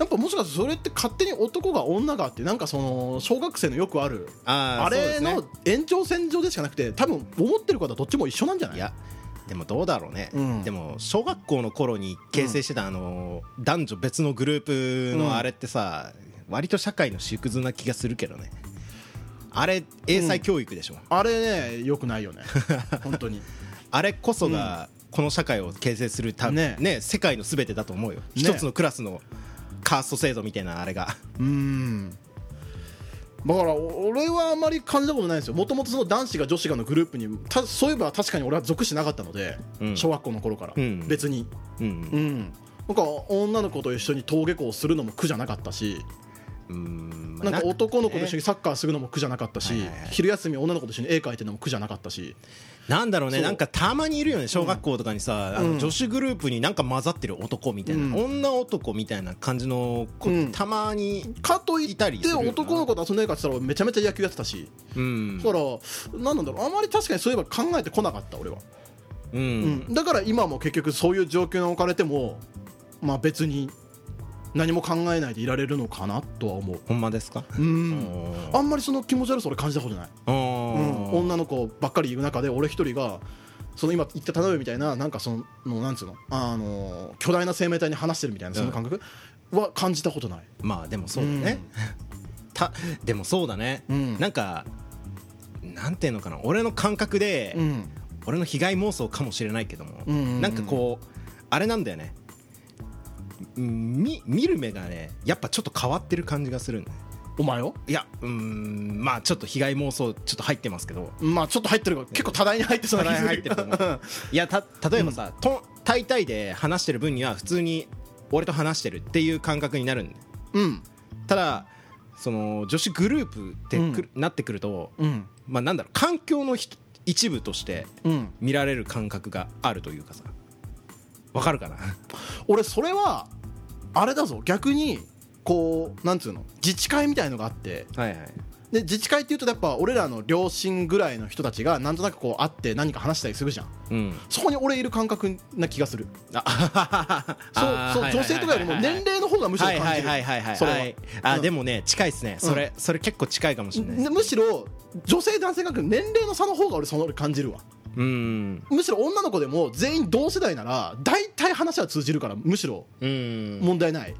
Speaker 2: やっぱもしかしてそれって勝手に男が女がってなんかその小学生のよくある
Speaker 3: あー
Speaker 2: あれ
Speaker 3: そう
Speaker 2: の
Speaker 3: ですね
Speaker 2: 延長線上でしかなくて多分思ってることはどっちも一緒なんじゃない
Speaker 3: いやでもどうだろうね、
Speaker 2: うん
Speaker 3: でも小学校の頃に形成してたあの男女別のグループのあれってさ、割と社会の縮図な気がするけどねあれ英才教育でしょ、
Speaker 2: あれねよくないよ ね本当に
Speaker 3: あれこそがこの社会を形成するため、
Speaker 2: ね
Speaker 3: ね世界の全てだと思うよ、一つのクラスのカースト制度みたいなあれが
Speaker 2: うんだからお俺はあまり感じたことないんですよもともとその男子が女子がのグループにたそういえば確かに俺は属してなかったので、
Speaker 3: うん
Speaker 2: 小学校の頃から、
Speaker 3: うん
Speaker 2: 別に、
Speaker 3: うん
Speaker 2: うん、なんか女の子と一緒に登下校するのも苦じゃなかったし
Speaker 3: うんまあ
Speaker 2: なんか男の子と一緒にサッカーするのも苦じゃなかったし、
Speaker 3: はいはいはい
Speaker 2: 昼休み女の子と一緒に絵描いてるのも苦じゃなかったし
Speaker 3: なんだろうね
Speaker 2: そう
Speaker 3: なんかたまにいるよね小学校とかにさ、あ
Speaker 2: う
Speaker 3: の
Speaker 2: ん
Speaker 3: 女子グループになんか混ざってる男みたいな、
Speaker 2: うん
Speaker 3: 女男みたいな感じの子、
Speaker 2: うん
Speaker 3: たまに
Speaker 2: かとい
Speaker 3: い
Speaker 2: った
Speaker 3: りす
Speaker 2: て
Speaker 3: るよな
Speaker 2: 男の子と遊んでるかって言ったらめちゃめちゃ野球やってたし、
Speaker 3: うん
Speaker 2: だから何なんだろうあまり確かにそういえば考えてこなかった俺は、
Speaker 3: う
Speaker 2: うんん、だから今も結局そういう状況に置かれてもまあ別に何も考えないでいられるのかなとは思う
Speaker 3: ほんまですか
Speaker 2: うんあんまりその気持ち悪さ俺感じたことない、
Speaker 3: あ
Speaker 2: うん、
Speaker 3: ー
Speaker 2: 女の子ばっかりいる中で俺一人がその今言った田辺みたいななんかそのなんつうのあの巨大な生命体に話してるみたいなその感覚は感じたことない、
Speaker 3: まあでもそうだね、たでもそうだね、
Speaker 2: うん
Speaker 3: なんかなんていうのかな俺の感覚で、
Speaker 2: うん、
Speaker 3: 俺の被害妄想かもしれないけども、
Speaker 2: うんうんうん
Speaker 3: なんかこうあれなんだよねうん見見る目がねやっぱちょっと変わってる感じがするんだよ
Speaker 2: お前を
Speaker 3: いやうーんまあちょっと被害妄想ちょっと入ってますけど
Speaker 2: まあちょっと入ってるが結構多大に入ってそうな気する
Speaker 3: 入ってると思ういやた例えばさ、とん、大体で話してる分には普通に俺と話してるっていう感覚になるんだよ
Speaker 2: うん
Speaker 3: ただその女子グループってくるなってくると、
Speaker 2: うん
Speaker 3: まあなんだろう環境のひ一部として
Speaker 2: うん
Speaker 3: 見られる感覚があるというかさわかるかな
Speaker 2: 俺それはあれだぞ逆にこうなんつうの自治会みたいのがあって
Speaker 3: はいはい
Speaker 2: で自治会っていうとやっぱ俺らの両親ぐらいの人たちがなんとなくこう会って何か話したりするじゃん
Speaker 3: うん
Speaker 2: そこに俺いる感覚な気がする
Speaker 3: あ
Speaker 2: そう
Speaker 3: あー
Speaker 2: そう
Speaker 3: はい
Speaker 2: 女性とかよりも年齢の方がむしろ
Speaker 3: はい
Speaker 2: 感
Speaker 3: は
Speaker 2: じ
Speaker 3: い
Speaker 2: る
Speaker 3: はいはいはい
Speaker 2: それは
Speaker 3: はいあ
Speaker 2: うん
Speaker 3: でもね近いですねそれそれ結構近いかもしれないです
Speaker 2: でむしろ女性男性学年齢の差の方が俺その俺感じるわ
Speaker 3: うん
Speaker 2: むしろ女の子でも全員同世代なら大体話は通じるからむしろ
Speaker 3: うん
Speaker 2: 問題ない、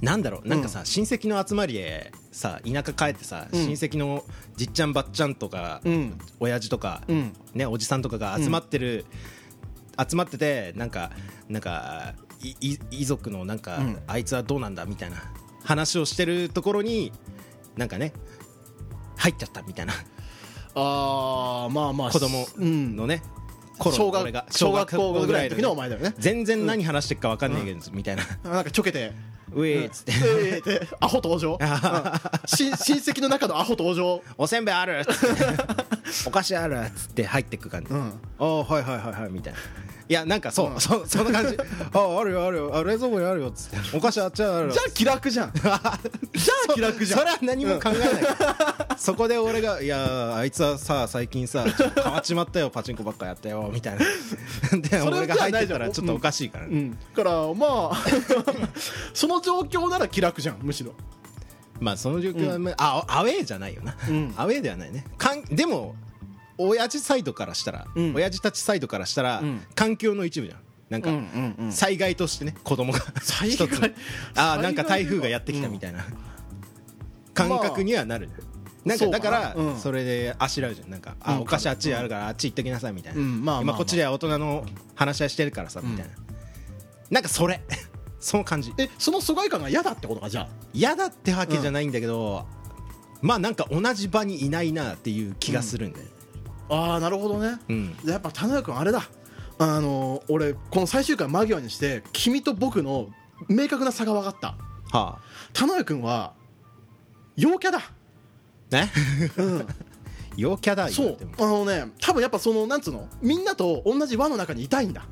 Speaker 3: なんだろうなんかさ親戚の集まりへさ田舎帰ってさ
Speaker 2: うん
Speaker 3: 親戚のじっちゃんばっちゃんとか
Speaker 2: うん
Speaker 3: 親父とか
Speaker 2: うん
Speaker 3: ねおじさんとかが集まってる集まっててなんかなんかいい遺族のなんか
Speaker 2: うん
Speaker 3: あいつはどうなんだみたいな話をしてるところになんかね入っちゃったみたいな
Speaker 2: あーまあまあ
Speaker 3: 子供
Speaker 2: うん、
Speaker 3: のね頃
Speaker 2: 小
Speaker 3: の俺
Speaker 2: 学
Speaker 3: が
Speaker 2: 小学校ぐらいの時のお
Speaker 3: ね
Speaker 2: 前だよね
Speaker 3: 全然何話してるか分かんないけどみたいな
Speaker 2: なんかちょけて
Speaker 3: 「ウェーっつっ
Speaker 2: 「
Speaker 3: て
Speaker 2: ええってアホ登 場」うんし親戚の中のアホ登場
Speaker 3: おせんべいあるっつってお菓子あるっつって入ってく感じ、
Speaker 2: う
Speaker 3: あ
Speaker 2: ん
Speaker 3: あはいはいはいはいみたいないやなんかそう、
Speaker 2: うん
Speaker 3: そ そんな感じあああるよあるよあ冷蔵庫にある よっつってお菓子あっちゃある
Speaker 2: じゃあ気楽じ ゃんじゃあ気楽じゃん
Speaker 3: それは何も考えない、 そこで俺が「いやあいつはさ最近さちょっと変わっちまったよパチンコばっかやったよ」み たいなで
Speaker 2: それ
Speaker 3: 俺が入ってたら
Speaker 2: じ
Speaker 3: ち
Speaker 2: ゃ
Speaker 3: ょっ
Speaker 2: ないじゃん
Speaker 3: とおかしいからね、
Speaker 2: うん、だからまあ その状況なら気楽じゃんむしろ
Speaker 3: まあその状況は、まああアウェーじゃないよな、
Speaker 2: うん
Speaker 3: アウェーではないねかんでも親父サイドからしたら、
Speaker 2: うん
Speaker 3: 親父たちサイドからしたら、
Speaker 2: うん
Speaker 3: 環境の一部じゃんなんか、災害としてね子供が
Speaker 2: 災
Speaker 3: 一
Speaker 2: 害
Speaker 3: つあ
Speaker 2: 災害
Speaker 3: あなんか台風がやってきたみたいな、感覚にはなる、なんか
Speaker 2: そうか
Speaker 3: だ
Speaker 2: な
Speaker 3: から
Speaker 2: うん
Speaker 3: それであしらうじゃんなんか、あ
Speaker 2: うん
Speaker 3: お菓子あっちあるからあっち行っときなさいみたいな、
Speaker 2: うんまあまあま
Speaker 3: 今
Speaker 2: あ
Speaker 3: こっちでは大人の話し合いしてるからさみたいな、なんかそれ その感じ
Speaker 2: えその疎外感が嫌だってことかじゃあ
Speaker 3: 嫌だってわけじゃないんだけど、まあなんか同じ場にいないなっていう気がするんだよね、
Speaker 2: ああなるほどね、
Speaker 3: うん
Speaker 2: やっぱ田辺君あれだあのー俺この最終回間際にして君と僕の明確な差が分かった
Speaker 3: は
Speaker 2: 田辺君は陽キャだ
Speaker 3: あね 陽キャだ
Speaker 2: そ
Speaker 3: よ
Speaker 2: う
Speaker 3: でも
Speaker 2: あのね多分やっぱそのなんつうのみんなと同じ輪の中にいたいんだ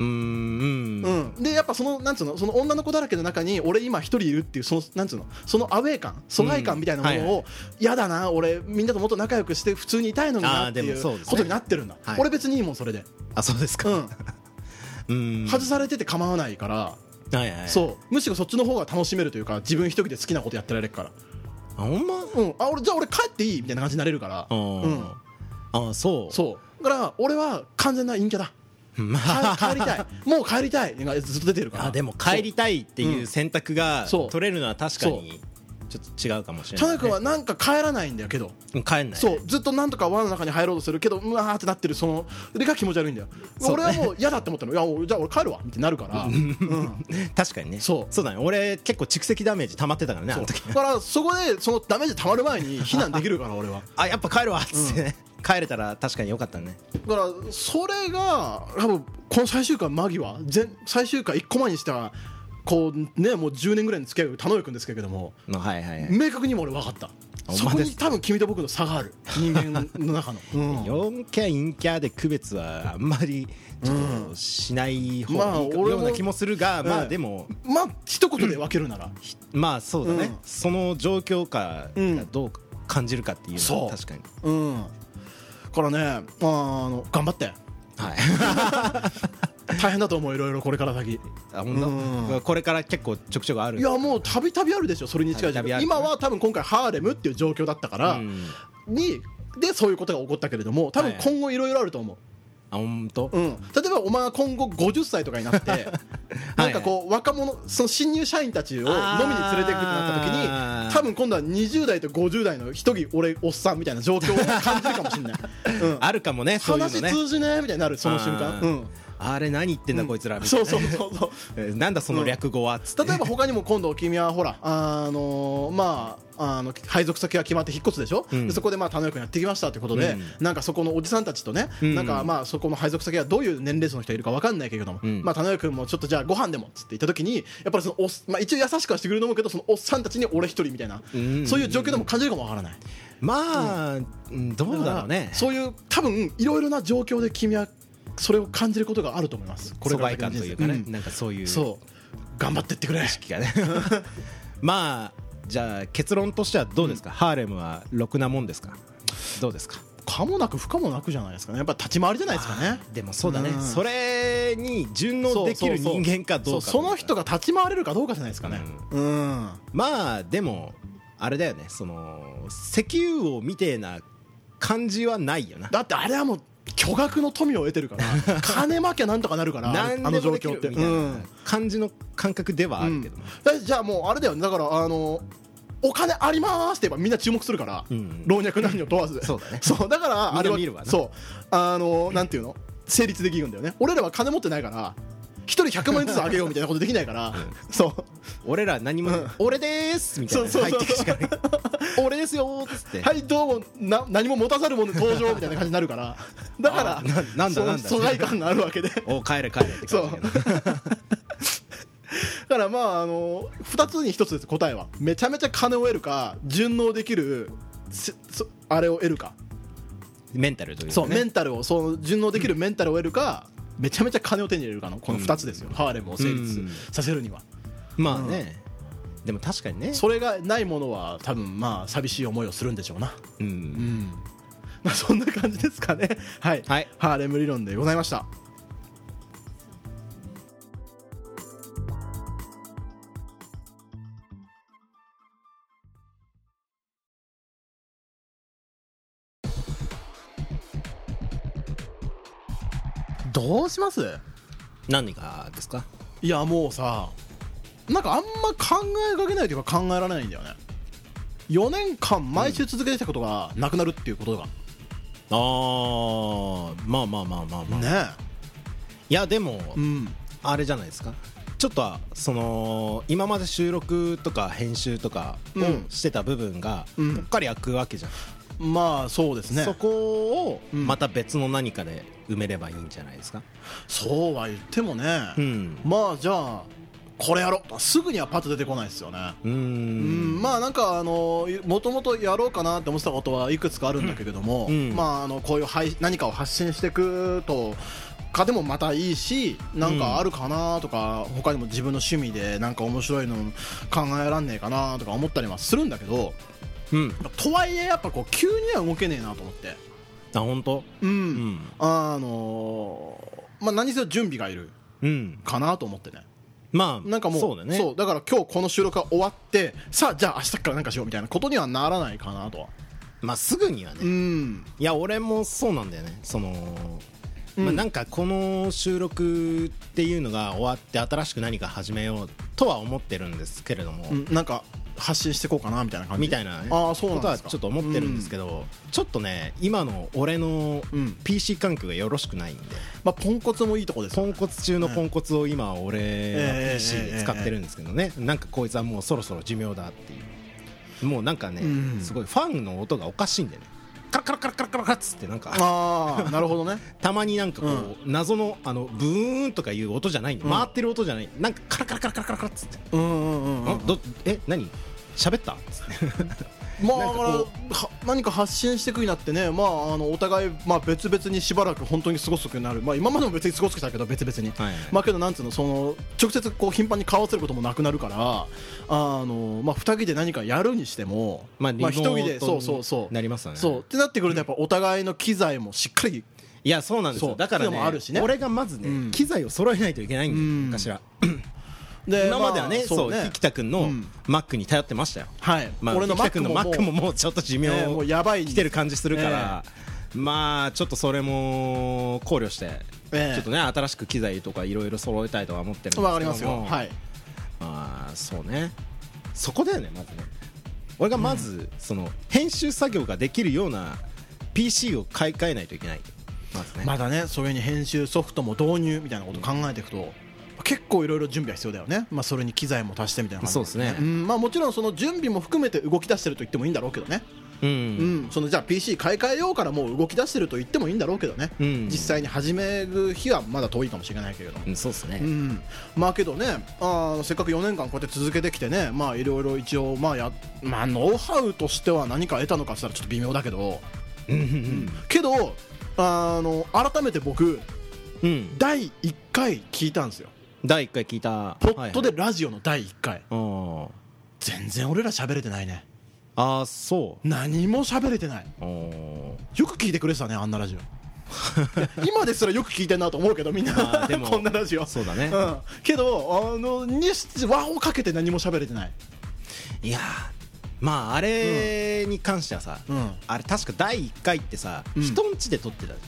Speaker 3: うーんうん
Speaker 2: うん、でやっぱそのなんつうのその女の子だらけの中に俺今一人いるっていうそのなんつうのそのアウェー感疎外感みたいなも
Speaker 3: うん
Speaker 2: の
Speaker 3: はい
Speaker 2: を嫌、だな俺みんなともっと仲良くして普通にいたいのに
Speaker 3: あー
Speaker 2: なって
Speaker 3: で
Speaker 2: い
Speaker 3: も
Speaker 2: う
Speaker 3: そうですね
Speaker 2: ことになってるんだ、
Speaker 3: はい
Speaker 2: 俺別にいいもんそれで、
Speaker 3: あそうですか
Speaker 2: うん、
Speaker 3: うん
Speaker 2: 外されてて構わないから、
Speaker 3: はいはい
Speaker 2: そうむしろそっちの方が楽しめるというか自分一人で好きなことやってられるから、
Speaker 3: あほんま
Speaker 2: うん、あ俺じゃあ俺帰っていいみたいな感じになれるから、
Speaker 3: あー、
Speaker 2: うん
Speaker 3: あーそう
Speaker 2: そうだから俺は完全な陰キャだ
Speaker 3: うま
Speaker 2: か帰りたいもう帰りたいがずっと出てるから
Speaker 3: あでも帰りたいっていう選択が
Speaker 2: そう
Speaker 3: 取れるのは確かにちょっと違うかもしれ
Speaker 2: 田
Speaker 3: ない、
Speaker 2: 中
Speaker 3: ね、
Speaker 2: 君はなんか帰らないんだよけど
Speaker 3: うん帰んない
Speaker 2: そうずっとなんとか輪の中に入ろうとするけどうわーってなってるそのでが気持ち悪いんだよ
Speaker 3: そう
Speaker 2: 俺はもう嫌だって思ったのいやもうじゃあ俺帰るわってなる から、うん
Speaker 3: 確かにね
Speaker 2: そう
Speaker 3: だね俺結構蓄積ダメージ溜まってたからねあの時
Speaker 2: だからそこでそのダメージ溜まる前に避難できるから俺は
Speaker 3: あやっぱ帰るわっつってね、帰れたら確かによかったね
Speaker 2: だからそれが多分この最終回間際前最終回1個前にしたこうねもう10年ぐらいの付き合いを田上君ですけれども
Speaker 3: まあはいはいはい、
Speaker 2: 明確にも俺分かった
Speaker 3: あ
Speaker 2: そ
Speaker 3: ほん
Speaker 2: こ
Speaker 3: まです
Speaker 2: に多分君と僕の差がある人間の中 の、うん
Speaker 3: 4キャ陰キャで区別はあんまりちょっとしない方
Speaker 2: まあ
Speaker 3: がいいか
Speaker 2: 俺
Speaker 3: よ
Speaker 2: も
Speaker 3: うな気もするが、ま
Speaker 2: え
Speaker 3: あ
Speaker 2: え
Speaker 3: でも、
Speaker 2: まあ一言で分けるなら
Speaker 3: まあそうだね、
Speaker 2: うん
Speaker 3: その状況下
Speaker 2: うん
Speaker 3: がどう感じるかっていうの
Speaker 2: そ
Speaker 3: は
Speaker 2: う
Speaker 3: 確かに、
Speaker 2: うんからねまああの頑張って
Speaker 3: はい
Speaker 2: 大変だと思ういろいろこれから先
Speaker 3: あほんと
Speaker 2: うん
Speaker 3: これから結構ちょくちょくある
Speaker 2: いやもうたびたびあるでしょそれに近い時
Speaker 3: たびたび
Speaker 2: 間
Speaker 3: ある
Speaker 2: 今は多分今回ハーレムっていう状況だったから、
Speaker 3: うん
Speaker 2: にでそういうことが起こったけれども多分
Speaker 3: はい
Speaker 2: 今後いろいろあると思う、
Speaker 3: あほんと、
Speaker 2: うん、例えばお前は今後50歳とかになって なんかこう若者その新入社員たちを飲みに連れていくってなった時
Speaker 3: あ
Speaker 2: に
Speaker 3: ー
Speaker 2: 多分今度は20代と50代の一人俺おっさんみたいな状況を感じるかもしれない、うん、
Speaker 3: あるかもねそういうの
Speaker 2: 話
Speaker 3: ね
Speaker 2: 通じねえみたいになるその瞬間
Speaker 3: あ、
Speaker 2: う
Speaker 3: ー
Speaker 2: ん
Speaker 3: あれ何言ってんだこいつらみたい
Speaker 2: そ
Speaker 3: な
Speaker 2: うそうそうそう
Speaker 3: えなんだその略語はっつって
Speaker 2: 例えば他にも今度君は ほらあのまああの配属先が決まって引っ越すでしょ、
Speaker 3: うん
Speaker 2: でそこでまあ田上君やってきましたということで、
Speaker 3: うん
Speaker 2: なんかそこのおじさんたちとね、
Speaker 3: うん
Speaker 2: なんかまあそこの配属先はどういう年齢層の人がいるか分かんないけれども、
Speaker 3: うん
Speaker 2: まあ、田上君もちょっとじゃあご飯でもっつって言った時にやっぱりそのおっ、まあ、一応優しくはしてくれると思うけどそのおっさんたちに俺一人みたいな、
Speaker 3: うん
Speaker 2: そういう状況でも感じるかも分からない
Speaker 3: まあ、うんどうだろうね
Speaker 2: そういう多分いろいろな状況で君はそれを感じることがあると思います
Speaker 3: 疎外感というかね、
Speaker 2: ん
Speaker 3: なんかそういう
Speaker 2: そう頑張ってってくれ
Speaker 3: 意識がね まあじゃあ結論としてはどうですか、ハーレムはろくなもんですかどうですか
Speaker 2: 可もなく不可もなくじゃないですかねやっぱ立ち回りじゃないですかね
Speaker 3: でもそうだね、
Speaker 2: うん
Speaker 3: それに順応できる
Speaker 2: そうそうそう
Speaker 3: 人間かどうか
Speaker 2: そうその人が立ち回れるかどうかじゃないですかねうん、
Speaker 3: まあでもあれだよねその石油王みてえな感じはないよな
Speaker 2: だってあれはもう巨額の富を得てるから 金負けなんとかなるからあ
Speaker 3: 何
Speaker 2: のあ
Speaker 3: で
Speaker 2: の状
Speaker 3: もでき
Speaker 2: 況
Speaker 3: る
Speaker 2: って
Speaker 3: みたい
Speaker 2: うん
Speaker 3: な感じの感覚ではあるけども、
Speaker 2: だってじゃあもうあれだよねだからあのお金ありますって言えばみんな注目するから、
Speaker 3: うん
Speaker 2: 老若男女問わず
Speaker 3: そうだね
Speaker 2: だからあれは
Speaker 3: みんな見るわな
Speaker 2: そうあのなんていうの成立できるんだよね俺らは金持ってないから一人100万円ずつあげようみたいなことできないから、そう
Speaker 3: 俺ら何も、俺でーすみたいな
Speaker 2: そうそう
Speaker 3: 入
Speaker 2: そう
Speaker 3: ってくしかない 俺ですよーっつって、
Speaker 2: はいどうもな何も持たざるもので登場みたいな感じになるからだか
Speaker 3: あ
Speaker 2: ら
Speaker 3: ーななん
Speaker 2: そ
Speaker 3: だ
Speaker 2: の
Speaker 3: なんだ
Speaker 2: 疎外感があるわ けでだ
Speaker 3: お帰れ帰れって感じだけど
Speaker 2: からまああの2つに1つです答えはめちゃめちゃ金を得るか順応できるせそあれを得るか
Speaker 3: メンタルというか、ね、
Speaker 2: そうメンタルをその順応できるメンタルを得るかめちゃめちゃ金を手に入れるかのこの2つですよ、ハーレムを成
Speaker 3: う
Speaker 2: 立
Speaker 3: ん
Speaker 2: させるには、
Speaker 3: まあね、でも確かにね
Speaker 2: それがないものは多分まあ寂しい思いをするんでしょうな
Speaker 3: う
Speaker 2: うんんまあそんな感じですかね はい、
Speaker 3: はい
Speaker 2: ハーレム理論でございましたどうします
Speaker 3: 何がですか
Speaker 2: いやもうさなんかあんま考えかけないというか考えられないんだよね4年間毎週続けてきたことがなくなるっていうことが、
Speaker 3: あーまあまあまあまあまあ、
Speaker 2: ね
Speaker 3: いやでも、
Speaker 2: えうん
Speaker 3: あれじゃないですかちょっとはその今まで収録とか編集とか
Speaker 2: うん
Speaker 3: をしてた部分がぽ
Speaker 2: うん
Speaker 3: っかり開くわけじゃん、
Speaker 2: まあそうですね
Speaker 3: そこを
Speaker 2: うん
Speaker 3: また別の何かで埋めればいいんじゃないですか
Speaker 2: そうは言ってもね、
Speaker 3: うん
Speaker 2: まあじゃあこれやろうすぐにはパッと出てこないですよね
Speaker 3: うー
Speaker 2: うん
Speaker 3: ん
Speaker 2: まあなんかあのもともとやろうかなって思ってたことはいくつかあるんだけれども、
Speaker 3: うん
Speaker 2: まああのこういう配何かを発信していくとかでもまたいいしなんかあるかなとか、他にも自分の趣味でなんか面白いの考えらんねえかなとか思ったりはするんだけど
Speaker 3: うん
Speaker 2: とはいえやっぱこう急には動けねえなと思って
Speaker 3: あ本当
Speaker 2: うん
Speaker 3: うん
Speaker 2: あのまあ何せ準備がいる
Speaker 3: うん
Speaker 2: かなと思ってね
Speaker 3: まあ
Speaker 2: なんかもう
Speaker 3: そうだね
Speaker 2: だから今日この収録が終わってさあじゃあ明日からなんかしようみたいなことにはならないかなとは
Speaker 3: まあすぐにはね、
Speaker 2: うん
Speaker 3: いや俺もそうなんだよねその
Speaker 2: うん
Speaker 3: まあ、なんかこの収録っていうのが終わって新しく何か始めようとは思ってるんですけれども、
Speaker 2: うんなんか発信していこうかなみたいな感じ
Speaker 3: みたいなね、
Speaker 2: あーそうなん
Speaker 3: こ
Speaker 2: で
Speaker 3: とは
Speaker 2: すか
Speaker 3: ちょっと思ってるんですけど、ちょっとね今の俺の
Speaker 2: うん
Speaker 3: PC 環境がよろしくないんで、
Speaker 2: まあ、ポンコツもいいとこです
Speaker 3: ポ
Speaker 2: よ
Speaker 3: ンコツ中のポンコツを今俺は PC で使ってるんですけどね、なんかこいつはもうそろそろ寿命だっていうもうなんかね、
Speaker 2: うん
Speaker 3: すごいファンの音がおかしいんでねカラカラカラカラカラカラっつってなんか
Speaker 2: ああなるほど ね
Speaker 3: たまになんかこう、謎のあのブーンとかいう音じゃないんで
Speaker 2: うん
Speaker 3: 回ってる音じゃないなんかカラカラカラカラカラカラっつって、
Speaker 2: うんうんうんうん
Speaker 3: あどえ何喋ったっつって
Speaker 2: まあだ
Speaker 3: なんか
Speaker 2: か
Speaker 3: こ
Speaker 2: らは何か発信していくようになってね、まあ、あのお互い、まあ、別々にしばらく本当に過ごすようになる、まあ、今までも別に過ごしてたけど別々に、
Speaker 3: はい
Speaker 2: まあ、けどなんつうのその直接こう頻繁に顔を合わせることもなくなるからあの、まあ、2人で何かやるにしても、
Speaker 3: まあリモー
Speaker 2: 一
Speaker 3: ト
Speaker 2: 人でそうそうそう
Speaker 3: なりますよね
Speaker 2: そうってなってくるとやっぱお互いの機材もしっかり
Speaker 3: いやそうなんです
Speaker 2: そ
Speaker 3: よ
Speaker 2: う
Speaker 3: だから
Speaker 2: そうい
Speaker 3: ね
Speaker 2: うのもあるしね
Speaker 3: 俺がまずね、
Speaker 2: うん
Speaker 3: 機材を揃えないといけないんで、
Speaker 2: うん
Speaker 3: 昔は
Speaker 2: で
Speaker 3: 今まではね、
Speaker 2: まあ
Speaker 3: そう
Speaker 2: ね
Speaker 3: 引田君
Speaker 2: う
Speaker 3: の
Speaker 2: ん
Speaker 3: Mac に頼ってましたよ、
Speaker 2: はい、
Speaker 3: まあ、
Speaker 2: 俺の
Speaker 3: 引田君の
Speaker 2: マッ
Speaker 3: Mac
Speaker 2: ク
Speaker 3: も
Speaker 2: も
Speaker 3: もうちょっと寿命
Speaker 2: ええもうやばい
Speaker 3: 来てる感じするから、まあちょっとそれも考慮して、
Speaker 2: ええ
Speaker 3: ちょっとね新しく機材とかいろいろ揃えたいとは思ってるんですけども
Speaker 2: わかりますよはい
Speaker 3: まあそうねそこだよねまずね俺がまず、その編集作業ができるような PC を買い替えないといけないまずね、
Speaker 2: まだねそれに編集ソフトも導入みたいなことを考えていくと結構いろいろ準備は必要だよね、まあ、それに機材も足してみたいな感じ
Speaker 3: そうですね
Speaker 2: んまあ、もちろんその準備も含めて動き出してると言ってもいいんだろうけどね、
Speaker 3: う
Speaker 2: うんん、そのじゃあ PC 買い替えようからもう動き出してると言ってもいいんだろうけどね、
Speaker 3: うん
Speaker 2: 実際に始める日はまだ遠いかもしれないけれども
Speaker 3: うん、そうっすね、
Speaker 2: うん、まあけどねあーせっかく4年間こうやって続けてきてねまあいろいろ一応まあや、まあ、ノウハウとしては何か得たのかって言ったらちょっと微妙だけど、うんけどあの改めて僕
Speaker 3: うん、
Speaker 2: 第1回聞いたんですよ
Speaker 3: 第1回聞いた
Speaker 2: ポット
Speaker 3: はい
Speaker 2: でラジオの第1回、
Speaker 3: はいうん
Speaker 2: 全然俺ら喋れてないね
Speaker 3: ああそ
Speaker 2: 何も喋れてないう
Speaker 3: お
Speaker 2: よく聞いてくれてたねあんなラ ジオいや今ですらよく聞いてんなと思うけどみん
Speaker 3: あ
Speaker 2: な
Speaker 3: ーでも
Speaker 2: こんなラジオ
Speaker 3: そうだ ね
Speaker 2: ん、けどあのにし輪をかけて何も喋れてない
Speaker 3: いやーまああれに関してはさ、
Speaker 2: うん
Speaker 3: あれ確か第1回ってさ、
Speaker 2: うん
Speaker 3: 人んちで撮ってたじゃん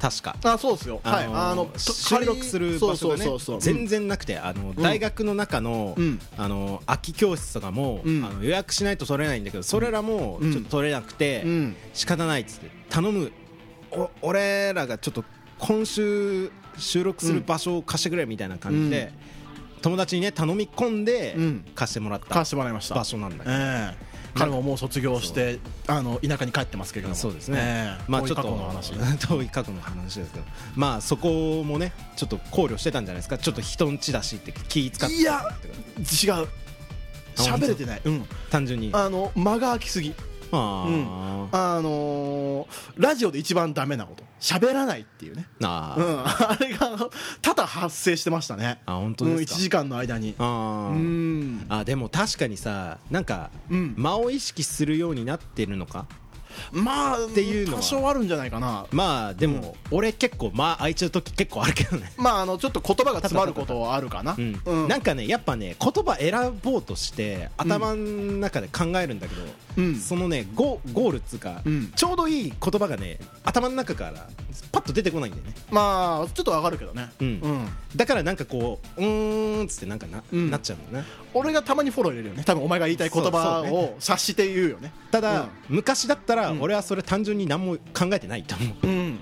Speaker 3: 確か
Speaker 2: あそうですよはい
Speaker 3: ー
Speaker 2: あのと
Speaker 3: 収録する場所
Speaker 2: そ
Speaker 3: がね
Speaker 2: うそうそうそう
Speaker 3: 全然なくてあの、大学の中の,、
Speaker 2: うん
Speaker 3: あの空き教室とかも、
Speaker 2: うん
Speaker 3: あの予約しないと取れないんだけどそれらも
Speaker 2: うん
Speaker 3: ちょっと取れなくて、
Speaker 2: うん
Speaker 3: 仕方ないっつって頼むお俺らがちょっと今週収録する場所を貸してくれみたいな感じで、友達にね頼み込んで
Speaker 2: うん
Speaker 3: 貸してもらった
Speaker 2: 貸してもらいました
Speaker 3: 場所なんだけ
Speaker 2: え
Speaker 3: ど、
Speaker 2: え彼ももう卒業してあの田舎に帰ってますけれども
Speaker 3: そうですね、
Speaker 2: ええ
Speaker 3: まあ
Speaker 2: こうい
Speaker 3: ち
Speaker 2: う
Speaker 3: ょ
Speaker 2: 過
Speaker 3: っと
Speaker 2: 去の 話
Speaker 3: 遠い過去の話ですけどまあそこもねちょっと考慮してたんじゃないですかちょっと人んちだしって気使って
Speaker 2: いや違う喋れてない、うん、
Speaker 3: 単純にあ
Speaker 2: あの間が空きすぎ
Speaker 3: あ
Speaker 2: あのーラジオで一番ダメなこと喋らないっていうね
Speaker 3: な
Speaker 2: う
Speaker 3: あ
Speaker 2: ん、あれが多々発生してましたね
Speaker 3: あ本当ですか
Speaker 2: うん、1時間の間にう
Speaker 3: あー
Speaker 2: ん
Speaker 3: あでも確かにさなんか
Speaker 2: うん
Speaker 3: 間を意識するようになってるのか
Speaker 2: まあ
Speaker 3: ていうのは
Speaker 2: 多少あるんじゃないかな
Speaker 3: まあでも俺結構間空いちゃう時結構あるけどね
Speaker 2: まああのちょっと言葉が詰まることはあるかな
Speaker 3: うん
Speaker 2: うん
Speaker 3: なんかねやっぱね言葉選ぼうとして頭の中で考えるんだけど、
Speaker 2: うん
Speaker 3: そのねゴゴールっつうか、
Speaker 2: うん
Speaker 3: ちょうどいい言葉がね頭の中からパッと出てこないんだよね
Speaker 2: まあちょっと上がるけどね
Speaker 3: うんだからなんかこううーんっつってなんかな,、
Speaker 2: うん
Speaker 3: なっちゃうんだよね
Speaker 2: 俺がたまにフォロー入れるよね多分お前が言いたい言葉
Speaker 3: そうそう
Speaker 2: を察して言うよね
Speaker 3: ただ、
Speaker 2: うん
Speaker 3: 昔だったら
Speaker 2: うん
Speaker 3: 俺はそれ単純に何も考えてないと思う
Speaker 2: うん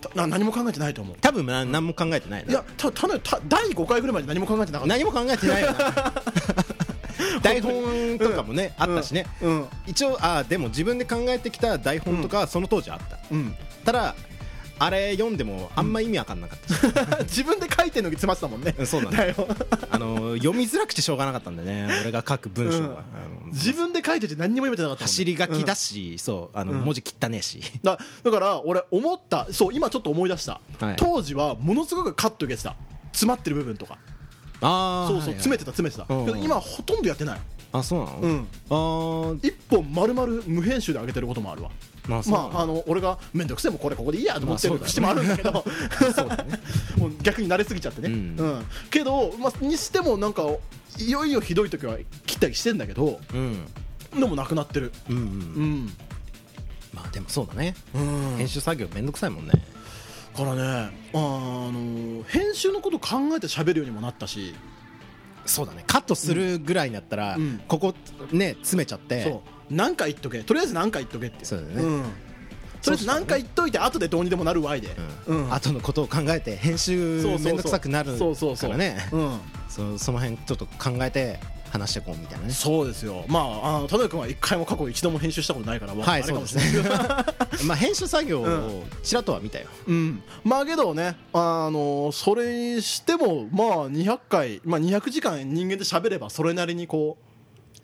Speaker 2: たな何も考えてないと思う
Speaker 3: 多分な何も考えてないない
Speaker 2: やたただた第5回ぐらいまで何も考えてなかった
Speaker 3: 何も考えてないよ な台本とかもね、あったしね、
Speaker 2: うん
Speaker 3: 一応あーでも自分で考えてきた台本とかはその当時あった、
Speaker 2: うん
Speaker 3: ただあれ読んでもあんま意味わかんなかったし、
Speaker 2: 自分で書いてるのに詰まってたもんね
Speaker 3: うんそうなんだ
Speaker 2: だよ
Speaker 3: あの読みづらくてしょうがなかったんだよね俺が書く文章が、
Speaker 2: うん
Speaker 3: あの
Speaker 2: 自分で書いてて何にも読めてなかったもんね
Speaker 3: 走り書きだし、そうあの、
Speaker 2: うん
Speaker 3: 文字切ったねえし
Speaker 2: だだから俺思ったそう今ちょっと思い出した、
Speaker 3: はい
Speaker 2: 当時はものすごくカット受けてた詰まってる部分とか
Speaker 3: ああ
Speaker 2: そうそう詰めてた詰めてた
Speaker 3: うんうん
Speaker 2: けど今ほとんどやってない
Speaker 3: あそうなの、
Speaker 2: うん
Speaker 3: あー
Speaker 2: 一本丸々無編集で上げてることもあるわ
Speaker 3: まあそうな
Speaker 2: ま
Speaker 3: の、
Speaker 2: あ、あの俺が面倒くせえもうこれここでいいやと思ってる
Speaker 3: まあ
Speaker 2: 節もあるんだけど、 もう逆に慣れすぎちゃってね、
Speaker 3: う
Speaker 2: うんんけど、まあ、にしてもなんかいよいよひどい時は切ったりしてんだけど
Speaker 3: うん
Speaker 2: でもなくなってる
Speaker 3: うんうん
Speaker 2: うん、
Speaker 3: まあでもそうだね、
Speaker 2: うん
Speaker 3: 編集作業めんどくさいもんね
Speaker 2: からねあの編集のこと考えて喋るようにもなったし
Speaker 3: そうだねカットするぐらいになったら、
Speaker 2: うん
Speaker 3: ここね詰めちゃって
Speaker 2: そう何回言っとけとりあえず何回言っとけって
Speaker 3: そうだよね
Speaker 2: うん、とりあえず何回言っといて後でどうにでもなるわいで、
Speaker 3: うん
Speaker 2: うん
Speaker 3: 後のことを考えて編集
Speaker 2: そうそうそう
Speaker 3: 面倒くさくなる
Speaker 2: そうそうそ
Speaker 3: からね
Speaker 2: うん、
Speaker 3: そうその辺ちょっと考えて話していこうみたいなね
Speaker 2: そうですよまああの田辺君は一回も過去一度も編集したことないから、まあ
Speaker 3: はい
Speaker 2: あれ
Speaker 3: そ
Speaker 2: か
Speaker 3: う
Speaker 2: も
Speaker 3: で
Speaker 2: し
Speaker 3: す
Speaker 2: れ
Speaker 3: ね
Speaker 2: ないけど
Speaker 3: まあ編集作業
Speaker 2: う
Speaker 3: をちらっとは見たよ、
Speaker 2: うん、まあけどね、あのそれにしてもまあ200回、まあ、200時間人間で喋ればそれなりにこ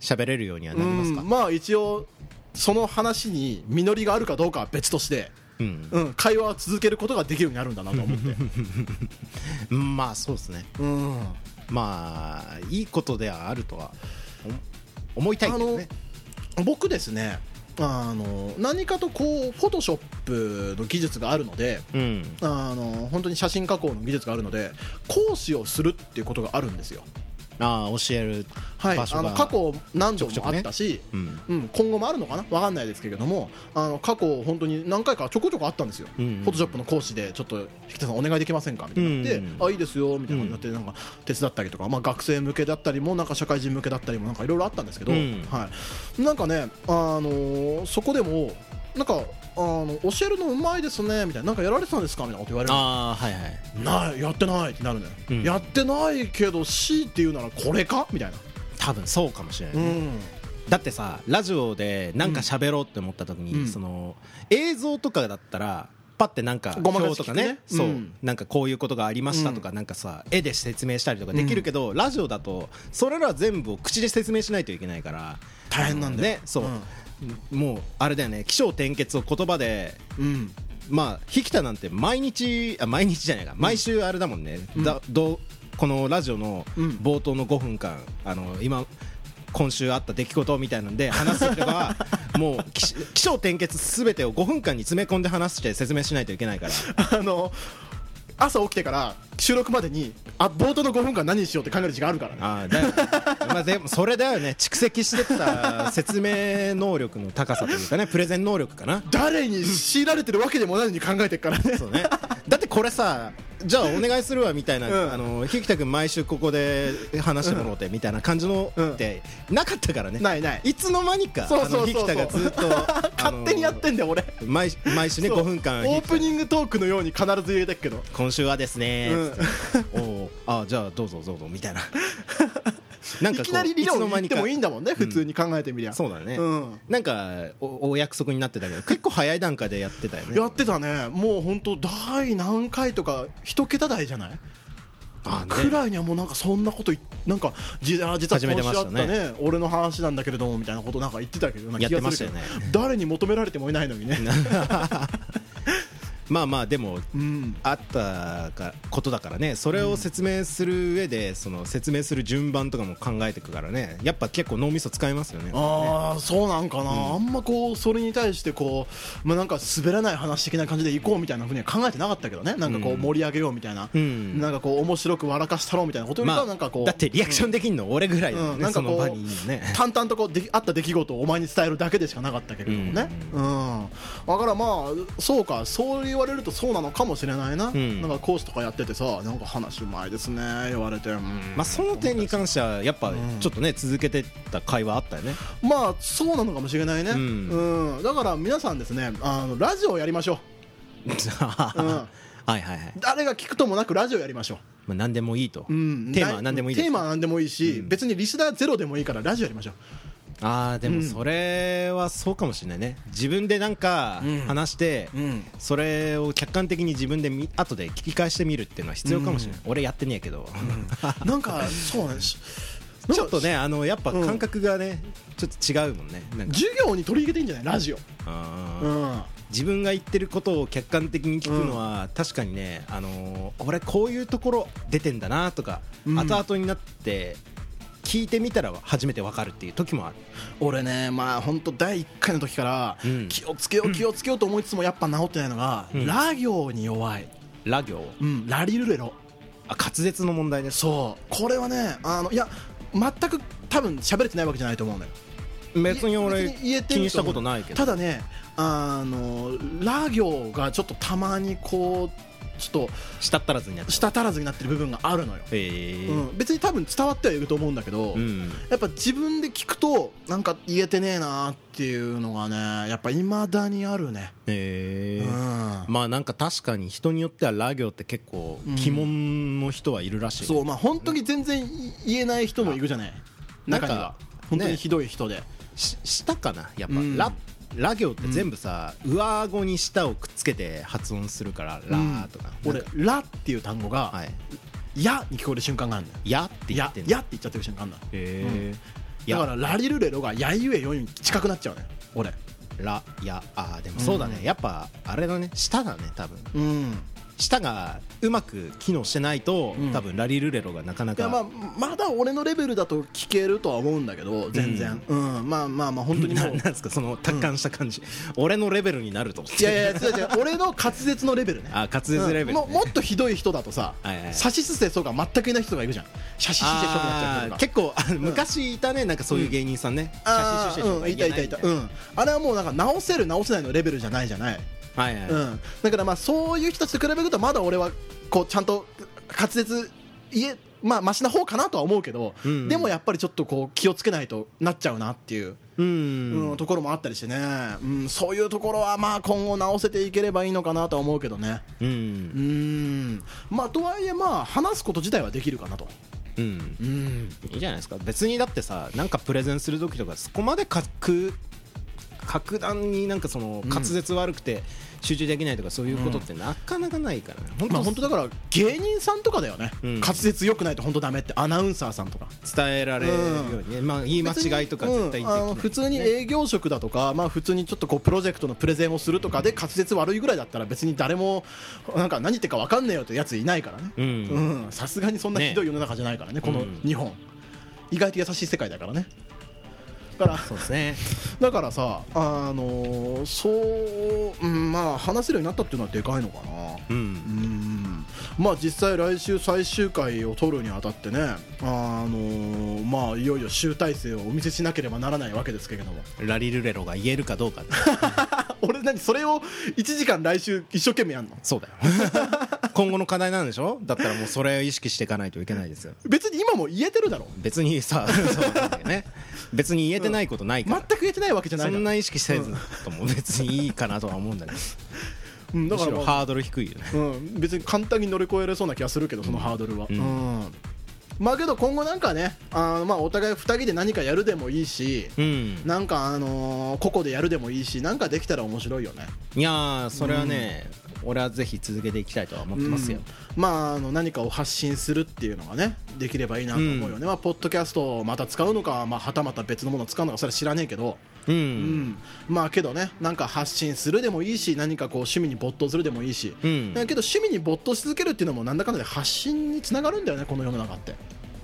Speaker 3: 喋れるようには
Speaker 2: う、
Speaker 3: なりますか、
Speaker 2: うんまあ一応その話に実りがあるかどうかは別として、
Speaker 3: うん
Speaker 2: うん、会話は続けることができるようになるんだなと思って、
Speaker 3: まあそうですね
Speaker 2: うん、
Speaker 3: まあいいことではあるとはお思いたいけどね
Speaker 2: 僕ですねあの何かとこうフォトショップの技術があるので
Speaker 3: うん
Speaker 2: あの本当に写真加工の技術があるので講師をするっていうことがあるんですよ、
Speaker 3: ああ教える
Speaker 2: はい、
Speaker 3: 場所
Speaker 2: あ
Speaker 3: が
Speaker 2: の過去何度
Speaker 3: ちょくちょ
Speaker 2: も
Speaker 3: く
Speaker 2: あ
Speaker 3: ね
Speaker 2: ったし、
Speaker 3: うん
Speaker 2: うん、今後もあるのかなわかんないですけれどもあの過去本当に何回かちょこちょこあったんですよ、
Speaker 3: うんうん
Speaker 2: フォトショップの講師でちょっと引田さんお願いできませんかみたいになって、
Speaker 3: うんうん
Speaker 2: あいいですよみたいな感じになってなんか手伝ったりとか、まあ、学生向けだったりもなんか社会人向けだったりもなんかいろいろあったんですけど、
Speaker 3: うん
Speaker 2: はい、なんかね、あのーそこでもなんか、あの教えるのうまいですねみたいななんかやられてたんですかみたいなこと言われる
Speaker 3: ああはいはい
Speaker 2: ないやってないってなるのよ、
Speaker 3: うん
Speaker 2: やってないけど C っていうならこれかみたいな。
Speaker 3: 多分そうかもしれない、
Speaker 2: うん
Speaker 3: だってさラジオでなんか喋ろうって思った時に、
Speaker 2: うん
Speaker 3: その映像とかだったらパッてなんか
Speaker 2: ごまかし
Speaker 3: 表とかね
Speaker 2: 聞くね
Speaker 3: そう、
Speaker 2: うん
Speaker 3: なんかこういうことがありましたとか、なんかさ絵で説明したりとかできるけど、ラジオだとそれらは全部を口で説明しないといけないから
Speaker 2: 大変なんだよ
Speaker 3: ねそう、もうあれだよね起承転結を言葉で
Speaker 2: うん
Speaker 3: まあ引田なんて毎日あ毎日じゃないか毎週あれだもんね、だどうこのラジオの
Speaker 2: うん
Speaker 3: 冒頭の5分間あの今今週あった出来事みたいなんで話すとき はもう起起承転結すべてを5分間に詰め込んで話して説明しないといけないから
Speaker 2: あの朝起きてから収録までにあ冒頭の5分間何しようって考える時間あるからね
Speaker 3: ああだ よね、まあ、でもそれだよね蓄積してった説明能力の高さというかねプレゼン能力かな
Speaker 2: 誰に強いられてるわけでもないのに考えてるからね
Speaker 3: そうねだってこれさじゃあお願いするわみたいな、
Speaker 2: うん
Speaker 3: あのひきたくん毎週ここで話してもらおうてみたいな感じの
Speaker 2: うん
Speaker 3: ってなかったからね、
Speaker 2: ないない
Speaker 3: いつの間にか
Speaker 2: そうそうそうそう
Speaker 3: ひきたがずっと
Speaker 2: 勝手にやってんだよ俺
Speaker 3: あの毎毎週ね
Speaker 2: そう
Speaker 3: 5分間
Speaker 2: オープニングトークのように必ず入れてるけど
Speaker 3: 今週はですね、
Speaker 2: うん
Speaker 3: つっておうあじゃあどうぞどうぞみ たいななん
Speaker 2: い
Speaker 3: かこう
Speaker 2: きなり理
Speaker 3: いつの
Speaker 2: 論
Speaker 3: 間
Speaker 2: 言っ
Speaker 3: に
Speaker 2: て
Speaker 3: か
Speaker 2: もいいんだもんね普通に考えてみりゃ
Speaker 3: そうだね、
Speaker 2: うん
Speaker 3: なんかおお約束になってたけど結構早い段階でやってたよね
Speaker 2: やってたねもう本当第何回とか一桁台じゃない
Speaker 3: あね
Speaker 2: くらいにはもうなんかそんなこといなんかじあ実は
Speaker 3: 始めて
Speaker 2: 今
Speaker 3: ま
Speaker 2: 週あっ
Speaker 3: し
Speaker 2: たた
Speaker 3: ね
Speaker 2: ね俺の話なんだけれどもみたいなことなんか言ってたけどな気がするけど
Speaker 3: やってましたよね
Speaker 2: 誰に求められてもいないのにね
Speaker 3: まあまあでも
Speaker 2: うん
Speaker 3: あったかことだからねそれを説明する上で、その説明する順番とかも考えていくからねやっぱ結構脳みそ使いますよね
Speaker 2: ああそうなんかな、あんまこうそれに対してこう、まあ、なんか滑らない話的な感じで行こうみたいなふうには考えてなかったけどねなんかこう盛り上げようみたいな、
Speaker 3: うん
Speaker 2: なんかこう面白く笑かしたろうみたいなことよりか
Speaker 3: ま
Speaker 2: はなんかこう、
Speaker 3: あだってリアクションできんの俺ぐらいだよね、
Speaker 2: うんなん
Speaker 3: そ
Speaker 2: かこ
Speaker 3: の
Speaker 2: う
Speaker 3: 場にいるのね
Speaker 2: 淡々とこうできあった出来事をお前に伝えるだけでしかなかったけれどもね、うんだからまあそうかそう言われるとそうなのかもしれないな、
Speaker 3: ん
Speaker 2: なんか講師とかやっててさなんか話うまいですね言われて、うん
Speaker 3: まあその点に関してはやっぱちょっとね続けてた会話あったよね
Speaker 2: まあそうなのかもしれないね、うんんだから皆さんですねあのラジオをやりましょう
Speaker 3: はいはいはい、
Speaker 2: 誰が聞くともなくラジオやりましょ
Speaker 3: まあ、何でもいいと、
Speaker 2: う、うん、
Speaker 3: テーマは何でもいいです
Speaker 2: テーマは何でもいいし、別にリスナーゼロでもいいからラジオやりまし ょう
Speaker 3: ああでもそれはそうかもしれないね自分でなんか話して、
Speaker 2: ん
Speaker 3: それを客観的に自分で見後で聞き返してみるっていうのは必要かもしれない、俺やってねえけど、
Speaker 2: なんかそうねし
Speaker 3: ちょっとねあのやっぱ感覚がね、ちょっと違うもんねなんか
Speaker 2: 授業に取り入れていいんじゃないラジオ、
Speaker 3: あー
Speaker 2: うん、
Speaker 3: 自分が言ってることを客観的に聞くのは、確かにね、あのー俺こういうところ出てんだなとか、
Speaker 2: うん
Speaker 3: 後々になって聞いてみたら初めてわかるっていう時もある
Speaker 2: 俺ねまあ本当第1回の時から
Speaker 3: うん
Speaker 2: 気をつけよう気をつけようと思いつつもやっぱ治ってないのが、
Speaker 3: ん
Speaker 2: ラ行に弱い、
Speaker 3: ラ行
Speaker 2: うん、ラリルレロ
Speaker 3: あ滑舌の問題です
Speaker 2: そうこれはねあのいや全く多分喋れてないわけじゃないと思うのよ
Speaker 3: 別に俺
Speaker 2: 別に言えてると思う
Speaker 3: 気にしたことないけど
Speaker 2: ただねあのラ行がちょっとたまにこうちょっ
Speaker 3: したったらずになっ
Speaker 2: と
Speaker 3: ちゃ
Speaker 2: 舌足らずになってる部分があるのよ、
Speaker 3: うへえ
Speaker 2: うん、別に多分伝わってはいると思うんだけど、
Speaker 3: うん
Speaker 2: やっぱ自分で聞くとなんか言えてねえなっていうのがねやっぱいまだにあるね、
Speaker 3: へえ
Speaker 2: うん
Speaker 3: まあなんか確かに人によってはラ行って結構
Speaker 2: うん
Speaker 3: 鬼門の人はいるらしい、
Speaker 2: そうまあ本当に全然言えない人もいるじゃない
Speaker 3: なん
Speaker 2: 中
Speaker 3: か
Speaker 2: には本当に
Speaker 3: ね
Speaker 2: ひどい人で、
Speaker 3: ししたかなやっぱ、
Speaker 2: うん
Speaker 3: ララ行って全部さ、上顎に舌をくっつけて発音するから、ラーとか
Speaker 2: 俺
Speaker 3: なんか
Speaker 2: 「ら」っていう単語が「
Speaker 3: はい
Speaker 2: や」に聞こえる瞬間があるんだよ
Speaker 3: 「や」って言
Speaker 2: や
Speaker 3: ってんの
Speaker 2: やって言っちゃってる瞬間なんだ
Speaker 3: へえ
Speaker 2: だから「ラリルレロ」が「やゆえよ」に近くなっちゃうね俺
Speaker 3: らやあーでもそうだね、
Speaker 2: うん
Speaker 3: やっぱあれだね舌だね多分
Speaker 2: うん
Speaker 3: 舌がうまく機能してないと、
Speaker 2: うん
Speaker 3: 多分ラリルレロがなかない
Speaker 2: や
Speaker 3: か
Speaker 2: まあまだ俺のレベルだと聞けるとは思うんだけど全然うん、まあまあまあ本当にも
Speaker 3: な
Speaker 2: う
Speaker 3: なんですかその達観した感じ、俺のレベルになると思っ
Speaker 2: い
Speaker 3: て
Speaker 2: やいやいや違う違う俺の滑舌のレベルね
Speaker 3: あ滑舌レベルね
Speaker 2: うんももっとひどい人だとさ
Speaker 3: はいはいはい
Speaker 2: さしすせそうが全くいない人がいるじゃんシャシシシェショになっちゃう人
Speaker 3: あ
Speaker 2: と
Speaker 3: ー
Speaker 2: か
Speaker 3: 結構あの昔いたねなんかそういう芸人さんね、写真
Speaker 2: あ
Speaker 3: 集
Speaker 2: ー
Speaker 3: 集と
Speaker 2: う
Speaker 3: か
Speaker 2: んいたい
Speaker 3: 言
Speaker 2: た
Speaker 3: え
Speaker 2: いた
Speaker 3: なみ
Speaker 2: う
Speaker 3: な、
Speaker 2: んあれはもうなんか直せる直せないのレベルじゃないじゃない
Speaker 3: はいはい、
Speaker 2: うん、だからまあそういう人たちと比べるとまだ俺はこうちゃんと滑舌言えまあマシな方かなとは思うけど、
Speaker 3: うんうん
Speaker 2: でもやっぱりちょっとこう気をつけないとなっちゃうなっていう、
Speaker 3: うん
Speaker 2: うんところもあったりしてね、うん、そういうところはまあ今後直せていければいいのかなとは思うけどね
Speaker 3: う
Speaker 2: うんんまあとはいえまあ話すこと自体はできるかなと
Speaker 3: うん
Speaker 2: うん
Speaker 3: いいじゃないですか別にだってさなんかプレゼンする時とかそこまでかく格段になんかその
Speaker 2: うん
Speaker 3: 滑舌悪くて集中できないとかそういうことってなかなかないからね、
Speaker 2: まあ
Speaker 3: 本
Speaker 2: 本当
Speaker 3: 当
Speaker 2: だから芸人さんとかだよね、
Speaker 3: うん
Speaker 2: 滑舌良くないと本当ダメってアナウンサーさんとか
Speaker 3: 伝えられるようにね、まあ言い間違いとか絶対でき
Speaker 2: うん
Speaker 3: ない、
Speaker 2: あの普通に営業職だとか、まあ、普通にちょっとこうプロジェクトのプレゼンをするとかで滑舌悪いぐらいだったら別に誰もなんか何言ってるか分かんねえよってやついないからね
Speaker 3: うん
Speaker 2: うんさすがにそんなひどい世の中じゃないからねこの
Speaker 3: うん
Speaker 2: 日本、意外と優しい世界だからねだから
Speaker 3: そうですね
Speaker 2: だからさあのーそう、うん、まあ話せるようになったっていうのはでかいのかな
Speaker 3: うん
Speaker 2: うんまあ実際来週最終回を撮るにあたってねあのーまあいよいよ集大成をお見せしなければならないわけですけれども
Speaker 3: ラリルレロが言えるかどうかね
Speaker 2: 俺何それを1時間来週一生懸命やんの
Speaker 3: そうだ よ今後の課題なんでしょだったらもうそれを意識していかないといけないですよ
Speaker 2: 別に今も言えてるだろ
Speaker 3: 別 にさそうなんだよね別に言えてないことないか
Speaker 2: 全
Speaker 3: ら、
Speaker 2: く言えてないわけじゃない
Speaker 3: そ
Speaker 2: だ
Speaker 3: ん
Speaker 2: ろ
Speaker 3: な意識せずとも別にいいかなとは思うんだけど
Speaker 2: うん だ
Speaker 3: む
Speaker 2: か
Speaker 3: し
Speaker 2: ら
Speaker 3: ろ
Speaker 2: まあ
Speaker 3: ハードル低いよね
Speaker 2: うん、別に簡単に乗り越えれそうな気がするけどそのハードルは、
Speaker 3: う
Speaker 2: うんんまあけど今後なんかねあーまあお互い2人で何かやるでもいいし、
Speaker 3: うん
Speaker 2: なんかあのー個々でやるでもいいしなんかできたら面白いよね
Speaker 3: いやーそれはね、俺はぜひ続けていきたいとは思ってますよ、
Speaker 2: うんまああの何かを発信するっていうのがねできればいいなと思うよね、まあポッドキャストをまた使うのか、まあ、はたまた別のものを使うのかそれは知らねえけど、
Speaker 3: うん
Speaker 2: うんまあけどねなんか発信するでもいいし何かこう趣味に没頭するでもいいし、
Speaker 3: うん
Speaker 2: だけど趣味に没頭し続けるっていうのもなんだかんだで発信につながるんだよねこの世の中って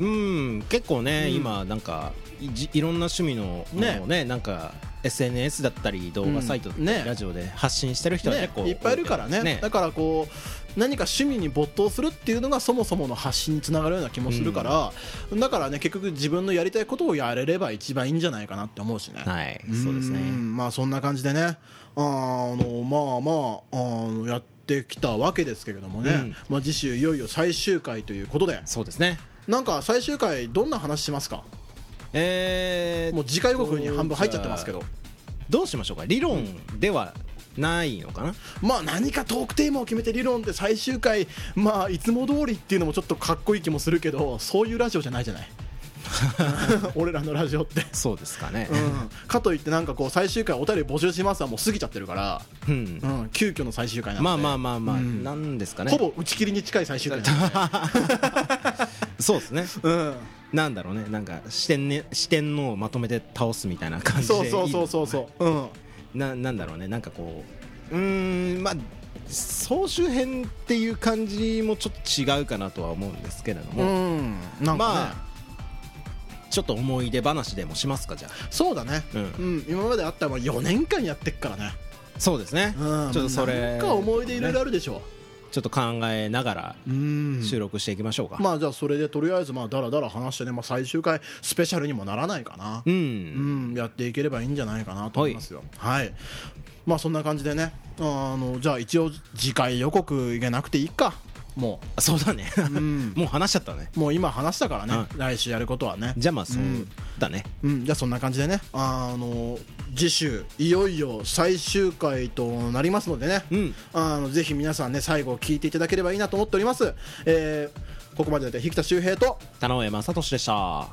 Speaker 3: うん結構ね、
Speaker 2: うん
Speaker 3: 今なんかいじいろんな趣味のも
Speaker 2: ね
Speaker 3: のをねなんか SNS だったり動画サイト、
Speaker 2: うんね
Speaker 3: ラジオで発信してる人は
Speaker 2: ね
Speaker 3: 結構、
Speaker 2: いっぱいいるからねだからこう何か趣味に没頭するっていうのがそもそもの発信につながるような気もするから、だからね結局自分のやりたいことをやれれば一番いいんじゃないかなって思うしね、
Speaker 3: はいそうですね
Speaker 2: んまあそんな感じでねあのまあまああのやってきたわけですけれどもね、
Speaker 3: うん
Speaker 2: まあ、次週いよいよ最終回ということで
Speaker 3: そうですね
Speaker 2: なんか最終回どんな話しますか
Speaker 3: えー、
Speaker 2: もう次回予告に半分入っちゃってますけど
Speaker 3: どうしましょうか理論ではないのかな、
Speaker 2: まあ何かトークテーマを決めて理論で最終回まあいつも通りっていうのもちょっとかっこいい気もするけどそういうラジオじゃないじゃない 俺らのラジオって、
Speaker 3: そうですかね
Speaker 2: うん、かといってなんかこう最終回お便り募集しますはもう過ぎちゃってるから、
Speaker 3: うん、
Speaker 2: うん、急遽の最終回なので
Speaker 3: まあまあまあまあ、
Speaker 2: うん
Speaker 3: なんですかね
Speaker 2: ほぼ打ち切りに近い最終回なんで
Speaker 3: そうですね
Speaker 2: うん
Speaker 3: なんだろうねなんか四天,、ね、四天王をまとめて倒すみたいな 感じで
Speaker 2: そうそうそうそうそううん
Speaker 3: ななんだろうねなんかこううーんまあ総集編っていう感じもちょっと違うかなとは思うんですけれど
Speaker 2: う
Speaker 3: も、
Speaker 2: んなん
Speaker 3: ま
Speaker 2: か
Speaker 3: あちょっと思い出話でもしますかじゃあ
Speaker 2: ねそうだね
Speaker 3: うん
Speaker 2: うん今まであったら4年間やってっからね
Speaker 3: そうですね、
Speaker 2: うん
Speaker 3: ちょっとそれ
Speaker 2: なんか思い出いろいろあるでしょ
Speaker 3: ちょっと考えながら
Speaker 2: うん
Speaker 3: 収録していきましょうか、
Speaker 2: まあじゃあそれでとりあえずまあだらだら話してね、まあ、最終回スペシャルにもならないかな
Speaker 3: う
Speaker 2: うんん、やっていければいいんじゃないかなと思いますよ。はい、まあそんな感じでね、あのじゃあ一応次回予告いけなくていいか、も
Speaker 3: そうだね、
Speaker 2: う、うん、
Speaker 3: もう話しちゃったね
Speaker 2: もう今話したからね、来週やることはね。
Speaker 3: じゃあまあそうだね、
Speaker 2: うん、じゃあそんな感じでね、あの次週いよいよ最終回となりますのでね、
Speaker 3: うん
Speaker 2: あのぜひ皆さんね最後聞いていただければいいなと思っております。えーここまでで、引田修平と
Speaker 3: 田上正俊でした